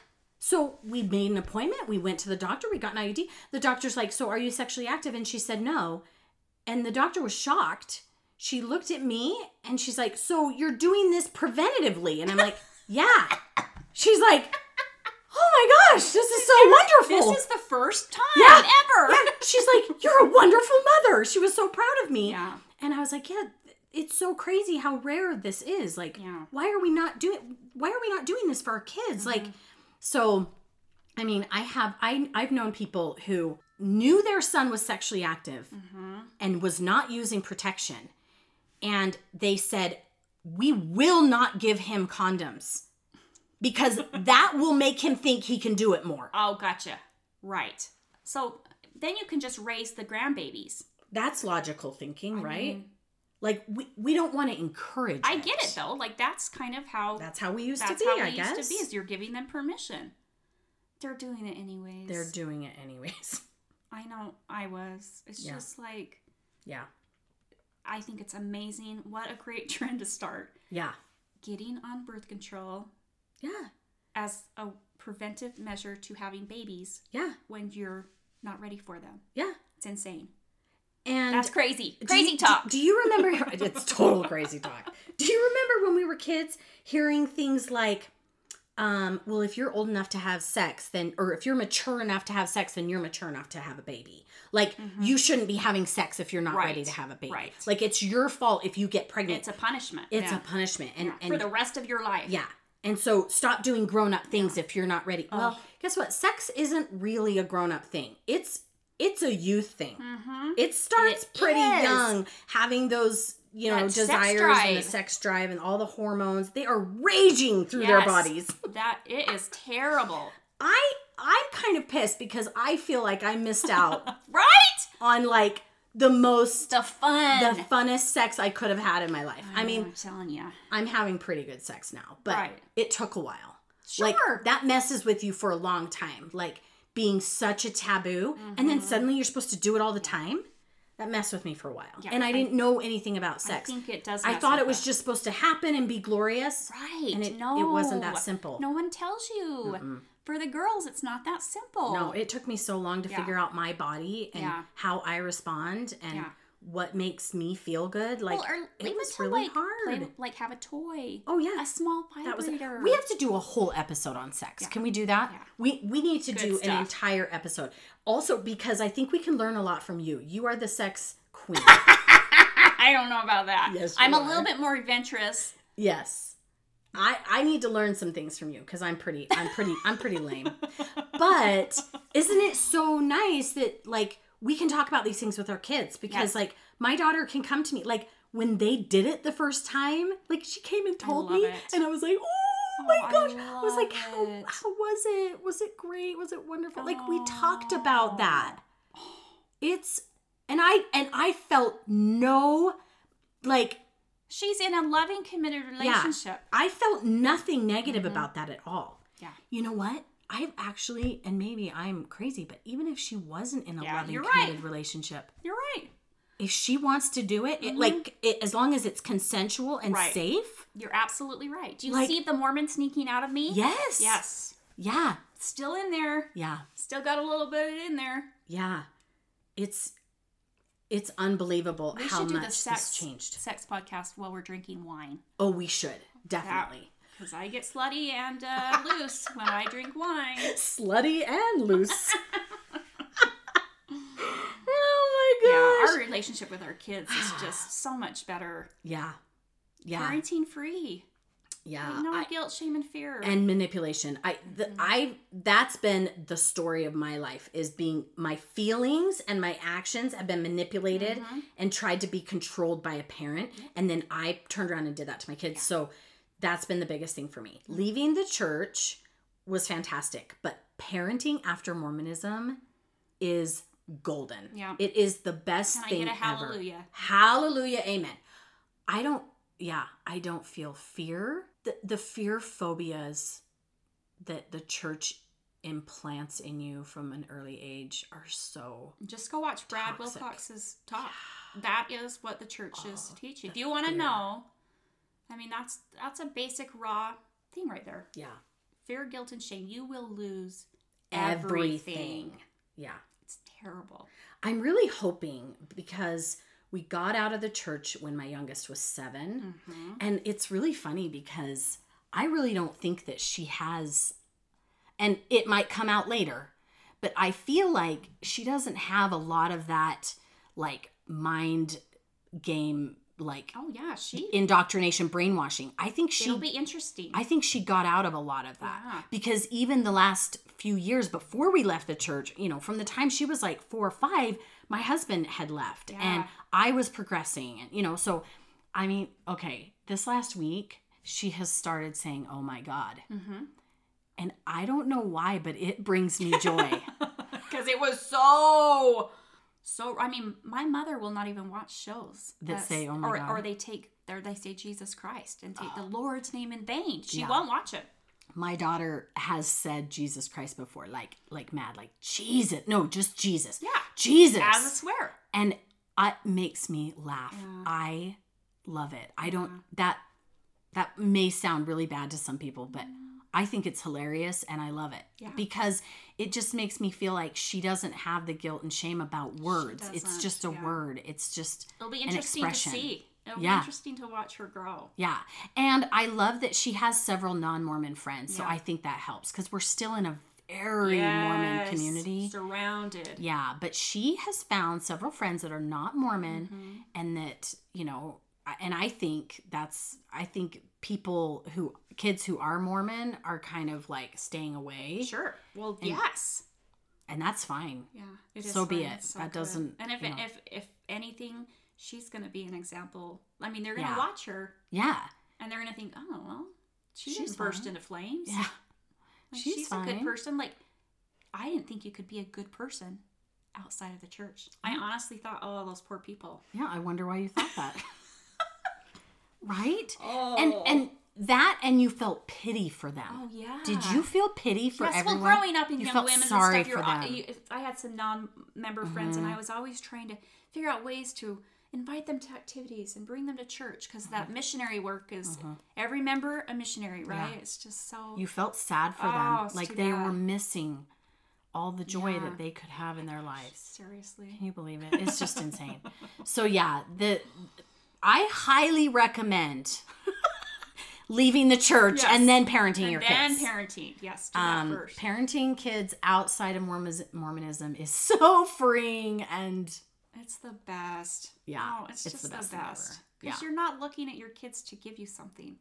So we made an appointment. We went to the doctor. We got an IUD. The doctor's like, "So are you sexually active?" And she said, "No." And the doctor was shocked. She looked at me and she's like, "So you're doing this preventatively?" And I'm
<laughs>
like, "Yeah." She's like, "Oh my gosh, this is so wonderful."
this is the first time
Yeah.
ever
Yeah. She's like, "You're a wonderful mother." She was so proud of me.
Yeah.
And I was like, "Yeah, it's so crazy how rare this is. Like,
Yeah.
why are we not doing why are we not doing this for our kids?" Like,
Mm-hmm.
so I mean, I have I I've known people who knew their son was sexually active
Mm-hmm.
and was not using protection. And they said, "We will not give him condoms." Because that will make him think he can do it more.
Oh, gotcha. Right. So then you can just raise the grandbabies.
That's logical thinking, right?
mean-
like we, we don't want to encourage.
I get it though. Like that's kind of how
That's how we used
that's
to be.
how we
I
used
guess
to be. Is you're giving them permission. They're doing it anyways.
they're doing it anyways. <laughs>
I know. I was. It's
Yeah.
just like
yeah,
I think it's amazing. What a great <laughs> trend to start
yeah,
getting on birth control
yeah,
as a preventive measure to having babies
yeah,
when you're not ready for them.
yeah.
It's insane.
And
That's crazy.
do
Crazy
you- do-
talk.
Do, you
<laughs>
remember? <laughs> it's total crazy talk. Do you remember when we were kids hearing things like, um, well, if you're old enough to have sex, then, or if you're mature enough to have sex, then you're mature enough to have a baby. Like, you shouldn't be having sex if you're not ready
Mm-hmm. Right.
to have a baby.
Right.
Like, it's your fault if you get pregnant.
It's a punishment.
It's
Yeah.
a punishment. And, and
for the rest of your life.
yeah. And so stop doing grown up things if you're not ready.
Oh.
Well, guess what? Sex isn't really a grown up thing. It's it's a youth thing. It starts
Mm-hmm. It
pretty
is.
young having those you know
That sex
desires and the
drive.
sex drive and all the hormones. They are raging through their
Yes.
bodies.
That it is terrible.
I I'm kind of pissed because I feel like I missed
<laughs>
out
Right?
on like the most
The fun.
the funnest sex I could have had in my life. I mean,
I'm telling you.
I'm having pretty good sex now, but
Mm. Right.
it took a while.
Sure.
Like that messes with you for a long time. Like being such a taboo and
Mm-hmm.
then suddenly you're supposed to do it all the time. That messed with me for a while.
Yeah,
and I,
I-
didn't know anything about
I
sex.
think it does.
I
mess
thought
with
it was
us.
just supposed to happen and be glorious.
right.
and it- it
no,
wasn't that simple.
No one tells you. For the girls, it's not that simple.
No, it took me so long to
Yeah.
figure out my body and
Yeah.
how I respond and
Yeah.
what makes me feel good. Like
well, or
it
even
was
to
really
like
hard.
play- like have a toy.
Oh, yeah.
a small
That was
vibrator.
we have to do a whole episode on sex. Can we do that?
Yeah.
We we need to do an
stuff.
entire episode. Also, because I think we can learn a lot from you. You are the sex queen.
<laughs> I don't know about that.
Yes,
I'm
you
a
are.
little bit more adventurous.
yes. I, I need to learn some things from you because I'm pretty I'm pretty I'm pretty lame. But isn't it so nice that like we can talk about these things with our kids because
Yes.
like my daughter can come to me like when they did it the first time, like she came and told
love
me
it.
and I was like, "Oh my
Oh, I
gosh." I, was like,
love
"How
it.
how was it? Was it great? Was it wonderful?" Like we talked about that. It's and I and I felt no like
She's in a loving, committed relationship.
I felt nothing negative
Mm-hmm.
about that at all.
Yeah.
You know what? I've actually, and maybe I'm crazy, but even if she wasn't in a
Yeah,
loving,
you're
committed
right.
relationship,
You're right.
if she wants to do it, it like it, as long as it's consensual and
Mm-hmm. Right.
safe,
You're absolutely right. Do you
Like-
see the Mormon sneaking out of me?
yes,
Yes.
yeah,
Still in there.
yeah,
Still got a little bit in there.
yeah. It's it's unbelievable
We
how
should do
much
the sex
this changed.
sex podcast while we're drinking wine.
Oh, we should definitely
Because I get slutty and
<laughs>
uh, loose when I drink wine.
slutty and
<laughs>
loose. <laughs>
Yeah,
oh my gosh!
our relationship with our kids
<sighs>
is just so much better.
Yeah, yeah, yeah.
Parenting free. No
I-
guilt, shame, and fear.
and manipulation i the,
Mm-hmm.
i that's been the story of my life is being my feelings and my actions have been manipulated
Mm-hmm.
and tried to be controlled by a parent and then i turned around and did that to my kids so that's been the biggest thing for me leaving the church was fantastic but parenting after mormonism is golden
Yeah.
it is the best
Can I
thing
get a
ever
hallelujah?
Hallelujah. Amen. I don't, yeah, I don't feel fear. The, the fear phobias that the church implants in you from an early age are so.
Just go watch Brad
Toxic.
Wilcox's talk. That is what the church is
Oh,
teaching. If
the
you want to
fear.
know, I mean that's that's a basic raw thing right there.
Yeah.
Fear, guilt, and shame. You will lose
Everything.
everything.
Yeah.
It's terrible.
I'm really hoping because we got out of the church when my youngest was
Mm-hmm.
7 And it's really funny because I really don't think that she has, and it might come out later, but I feel like she doesn't have a lot of that like mind game, like
Oh yeah, she.
indoctrination, brainwashing. I think she
It'll be interesting.
I think she got out of a lot of that
Yeah.
because even the last few years before we left the church, you know, from the time she was like four or five, my husband had left and
Yeah.
I was progressing. And, you know, so I mean, okay, this last week she has started saying, oh my God.
Mm-hmm.
<laughs> And I don't know why, but it brings me
<laughs>
joy.
because it was so so i mean my mother will not even watch shows
That say, "Oh my
or,
God." Ah.
or they take or they say jesus christ and take the lord's name in vain she
Yeah.
won't watch it
my daughter has said Jesus Christ before, like, like mad, like Jesus. No, just Jesus.
Yeah.
Jesus.
as a swear
and it makes me laugh. I love it. I don't that that may sound really bad to some people, but I think it's hilarious and I love it
Yeah.
because it just makes me feel like she doesn't have the guilt and shame about words. It's
doesn't,
just a
yeah.
word. It's just
it'll be interesting to
expression.
see It'll be
Yeah.
interesting to watch her grow.
Yeah. And I love that she has several non Mormon friends. So
Yeah.
I think that helps because we're still in a very Mormon
Yes,
community.
Surrounded.
Yeah. But she has found several friends that are not Mormon
Mm-hmm.
and that, you know, I- and I think that's, I think people who, kids who are Mormon are kind of like staying away.
Sure. Well, yes.
And that's fine.
Yeah. It
So be
fun.
it.
It's
That
good.
doesn't-
And if
you know.
if if anything, she's going to be an example. I mean, they're going to
Yeah.
watch her
Yeah.
and they're going to think, oh well, she
She's
didn't burst
fine.
into flames.
Yeah.
Like,
She's
she's, a
fine.
good person. Like, I didn't think you could be a good person outside of the church. I honestly thought, oh, those poor people.
Yeah. I wonder why you thought
<laughs>
that. right?
Oh,
And, and, that and you felt pity for them.
oh yeah.
Did you feel pity for
yes,
everyone?
well, growing up in
you
young
felt
women
sorry
and stuff, you're,
for them. Mm-hmm.
you, I had some non-member friends, and I was always trying to figure out ways to invite them to activities and bring them to church because
Mm-hmm.
that missionary work is every member a missionary, right? It's just so
you felt sad for
Oh,
them,
it's
like
too
they were
bad.
missing all the joy
Yeah.
that they could have in their lives.
seriously.
Can you believe it? It's just insane. So yeah, the I highly
<laughs>
recommend leaving the church
Yes.
and then parenting your
And then
kids.
parenting, yes, do
um,
that first.
parenting kids outside of Mormons- Mormonism is so freeing and
It's the best.
Yeah,
Oh, it's,
it's
just
the
the
best
best.
thing ever.
Because
Yeah.
you're not looking at your kids to give you something.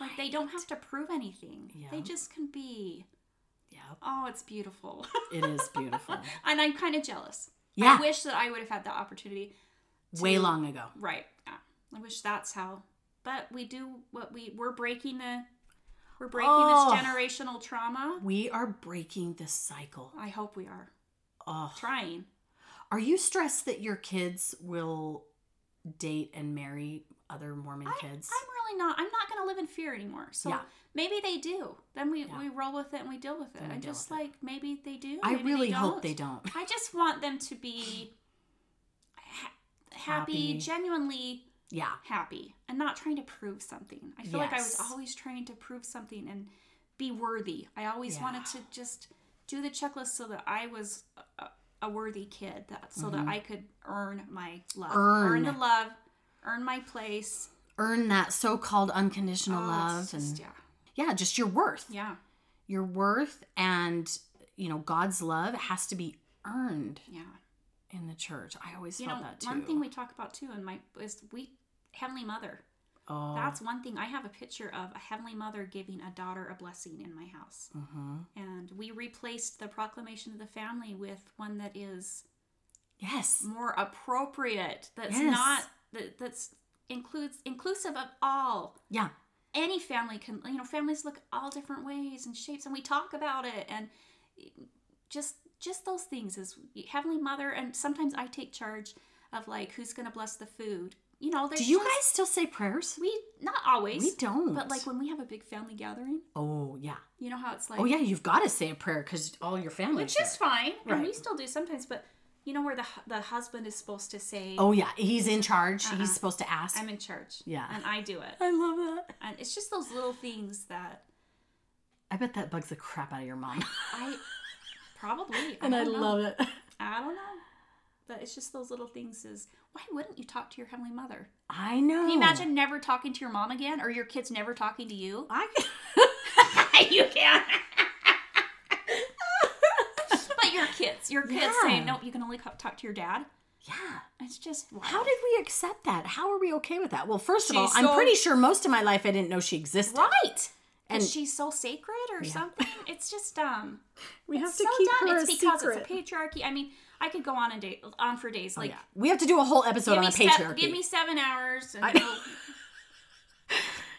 Like they don't have to prove anything. They
Yeah.
just can be.
yeah,
Oh, it's beautiful. <laughs>
it is beautiful.
and I'm kind of jealous.
Yeah.
I wish that I would have had that opportunity.
Way long ago.
Right. Yeah. I wish that's how. But we do what we we're breaking the we're breaking
Oh.
this generational trauma.
We are breaking the cycle.
I hope we are
Oh,
trying.
Are you stressed that your kids will date and marry other Mormon
I,
kids?
I'm really not. I'm not going to live in fear anymore. So
Yeah.
maybe they do. Then we,
Yeah.
we roll with it and we deal with it.
Then we
I
deal
just
with
like maybe they do.
I
maybe
really hope they don't.
I just want them to be ha- happy,
Happy.
genuinely
Yeah.
happy, and not trying to prove something. I feel like I was
Yes.
always trying to prove something and be worthy. I always wanted to just do the checklist so that I was a, a worthy kid, that so that I could earn my love,
Mm-hmm. Earn.
the love, earn my place.
Earn that so called unconditional
Oh,
love
it's just-
and
yeah.
yeah, just your worth.
Yeah.
Your worth and you know, God's love has to be earned
Yeah.
in the church. I always
You
felt
know,
that too.
one thing we talk about too in my is we Heavenly Mother.
oh,
That's one thing. I have a picture of a Heavenly Mother giving a daughter a blessing in my house.
mhm.
And we replaced the proclamation of the family with one that is
Yes.
more appropriate. That's
Yes.
not that that's includes inclusive of all.
Yeah.
Any family can you know, families look all different ways and shapes and we talk about it and just just those things is Heavenly Mother and sometimes I take charge of like who's gonna bless the food. You know, there's
Do you
just-
guys still say prayers?
we not always
We don't.
but like when we have a big family gathering,
Oh yeah.
you know how it's like,
Oh yeah, you've got to say a prayer because all your family.
which is fine, and we
Right.
still do sometimes. But you know where the hu- the husband is supposed to say,
Oh yeah, he's in charge. He's supposed to ask.
Uh-huh. "I'm in charge,"
Yeah.
and I do it,
I love that.
and it's just those little things that
I bet that bugs the crap out of your mom.
<laughs> I probably
and I
don't know.
love it.
I don't know, but it's just those little things. Is why wouldn't you talk to your heavenly mother?
I know.
Can you imagine never talking to your mom again, or your kids never talking to you? <laughs>
I
you can. But your kids, your kids
Yeah.
saying, "Nope, you can only co- talk to your dad."
<laughs> Yeah.
It's just wild.
How did we accept that? How are we okay with that? Well, first of all,
She's
I'm
so-
pretty sure most of my life I didn't know she existed.
right
And-
and she's so sacred or something it's just um
<laughs> We have
it's so dumb it's because it's a patriarchy i mean i could go on and day, on for days like
Oh, yeah. We have to do a whole episode
give,
on
me
the
se-
patriarchy.
give me seven hours and we'll-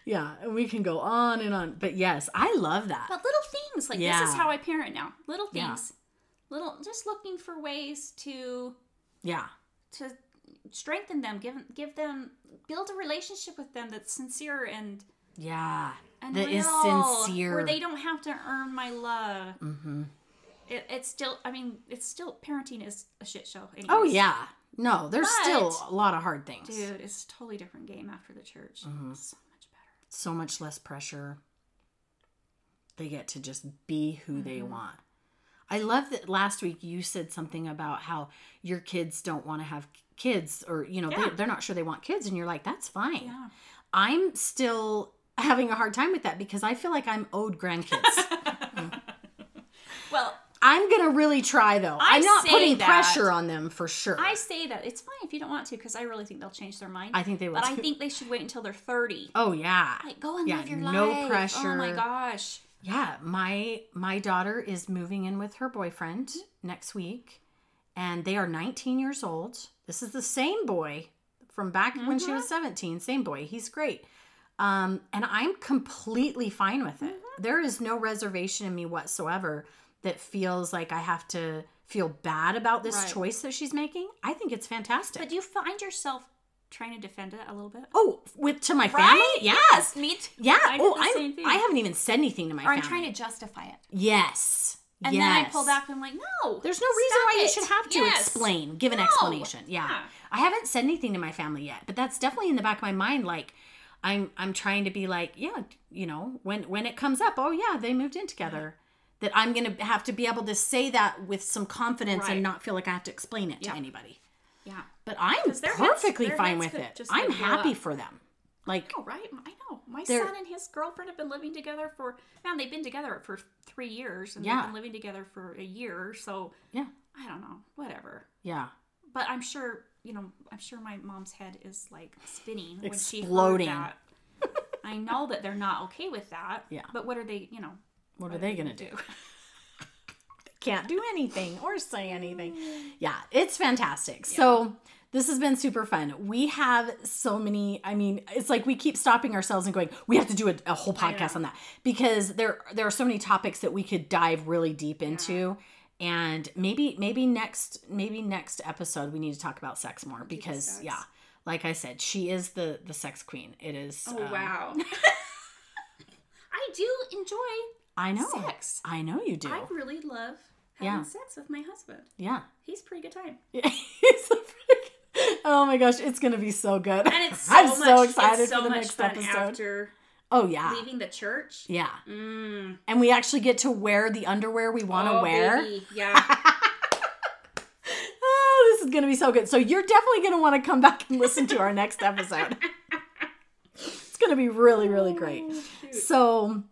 yeah, and we can go on and on. But yes, I love that.
<laughs> but little things like this is
Yeah.
how i parent now little
Yeah.
things little just looking for ways to
yeah.
to strengthen them give give them build a relationship with them that's sincere and
Yeah.
and
that is
real,
sincere.
where they don't have to earn my love mm-hmm. it, it's still i mean it's still parenting is a shit show anyways.
oh yeah. No, there's
But-
still a lot of hard things.
dude it's a totally different game after the church
Mm-hmm.
so much better
so
Mm-hmm.
much less pressure. They get to just be who they want. I love that last week you said something about how your kids don't want to have kids or, you know,
Yeah.
they, they're not sure they want kids. And you're like, that's fine.
Yeah.
I'm still having a hard time with that because I feel like I'm owed grandkids.
<laughs> Well,
I'm going to really try though. I
I
am not
say
putting
that.
pressure on them for sure.
I
I,
say that it's fine if you don't want to because I really think they'll change their mind.
think they will.
but I
too.
think they should wait until they're 30.
oh yeah.
Like, go and
Yeah,
live your
no
life. Oh my
pressure.
gosh.
Yeah, my my daughter is moving in with her boyfriend next week and they are 19 years old. This is the same boy from back when she was
Mm-hmm.
17, same boy. He's great. Um and I'm completely fine with it.
Mm-hmm.
There is no reservation in me whatsoever that feels like I have to feel bad about this
Right.
choice that she's making. I think it's fantastic.
But do you find yourself trying to defend it a little bit?
oh, with to my
Right?
family? Yes.
Me too.
Yeah.
I did
oh,
the same
I
thing.
I haven't even said anything to my
Or I'm
family.
trying to justify it.
Yes.
And then I
yes.
pull back and I'm like, no.
There's no reason why
stop
you
it.
should have to
Yes.
explain, give an
No.
explanation. Yeah.
Yeah.
I haven't said anything to my family yet, but that's definitely in the back of my mind like I'm I'm trying to be like, yeah, you know, when when it comes up, oh yeah, they moved in together. That I'm going to have to be able to say that with some confidence
Right.
and not feel like I have to explain it
Yeah.
to anybody.
Yeah.
But I'm
their heads-
perfectly
their
fine
heads
with
could
it.
just, like,
I'm
blow
happy
up.
for them. Like
Oh, right. I know. My
They're-
son and his girlfriend have been living together for, man, they've been together for three years and
Yeah.
they've been living together for a year. So
yeah.
I don't know. Whatever.
Yeah.
But I'm sure, you know, I'm sure my mom's head is like spinning when she heard
Exploding.
that. I know that they're not okay with that.
Yeah.
But what are they, you know?
What are they going to do? Can't do anything or say anything.
Mm.
Yeah, it's fantastic. So, this has been super fun. We have so many, I mean, it's like we keep stopping ourselves and going, we have to do a, a whole podcast on that because there there are so many topics that we could dive really deep into. And maybe maybe next maybe next episode we need to talk about sex more because
sex.
yeah, like I said, she is the the sex queen. It is um,
Oh, <laughs> wow. I do enjoy
I know.
sex.
I know you do.
I really love having
Yeah.
sex with my husband.
yeah.
He's a pretty good time.
It's a freak- <laughs> oh my gosh, it's gonna be so good. <laughs>
And it's so
I'm
much,
so excited
it's so
for the
much
next
fun
episode.
after
oh yeah,
leaving the church.
yeah.
Mm.
And we actually get to wear the underwear we want to
Oh,
wear.
baby. Yeah.
Oh, this is gonna be so good. So you're definitely gonna want to come back and listen to our next
<laughs>
episode. it's gonna be <laughs> really, really great.
Oh,
So.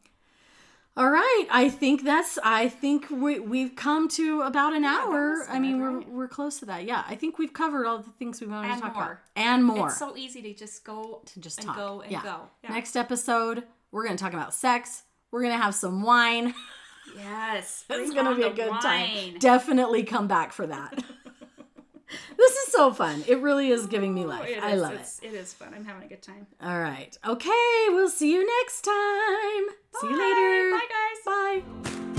All right, I think that's. I think we we've come to about an
that
hour.
was
I mean,
good,
we're
right?
we're close to that. Yeah, I think we've covered all the things we wanted
And
to talk about
more.
and more.
It's so easy to just go
to just
and
talk.
go and
yeah.
go. Yeah.
Next episode, we're gonna talk about sex. We're gonna have some
<laughs>
wine.
Yes.
It's
bring
gonna
on
be a
the
good
wine.
time. Definitely come back for
<laughs>
that. this is so fun. It really is giving me life.
Oh, It
I
is.
love it.
It's- It is fun. I'm having a good time.
All right. Okay. We'll see you next time. See you later.
Bye, guys.
Bye.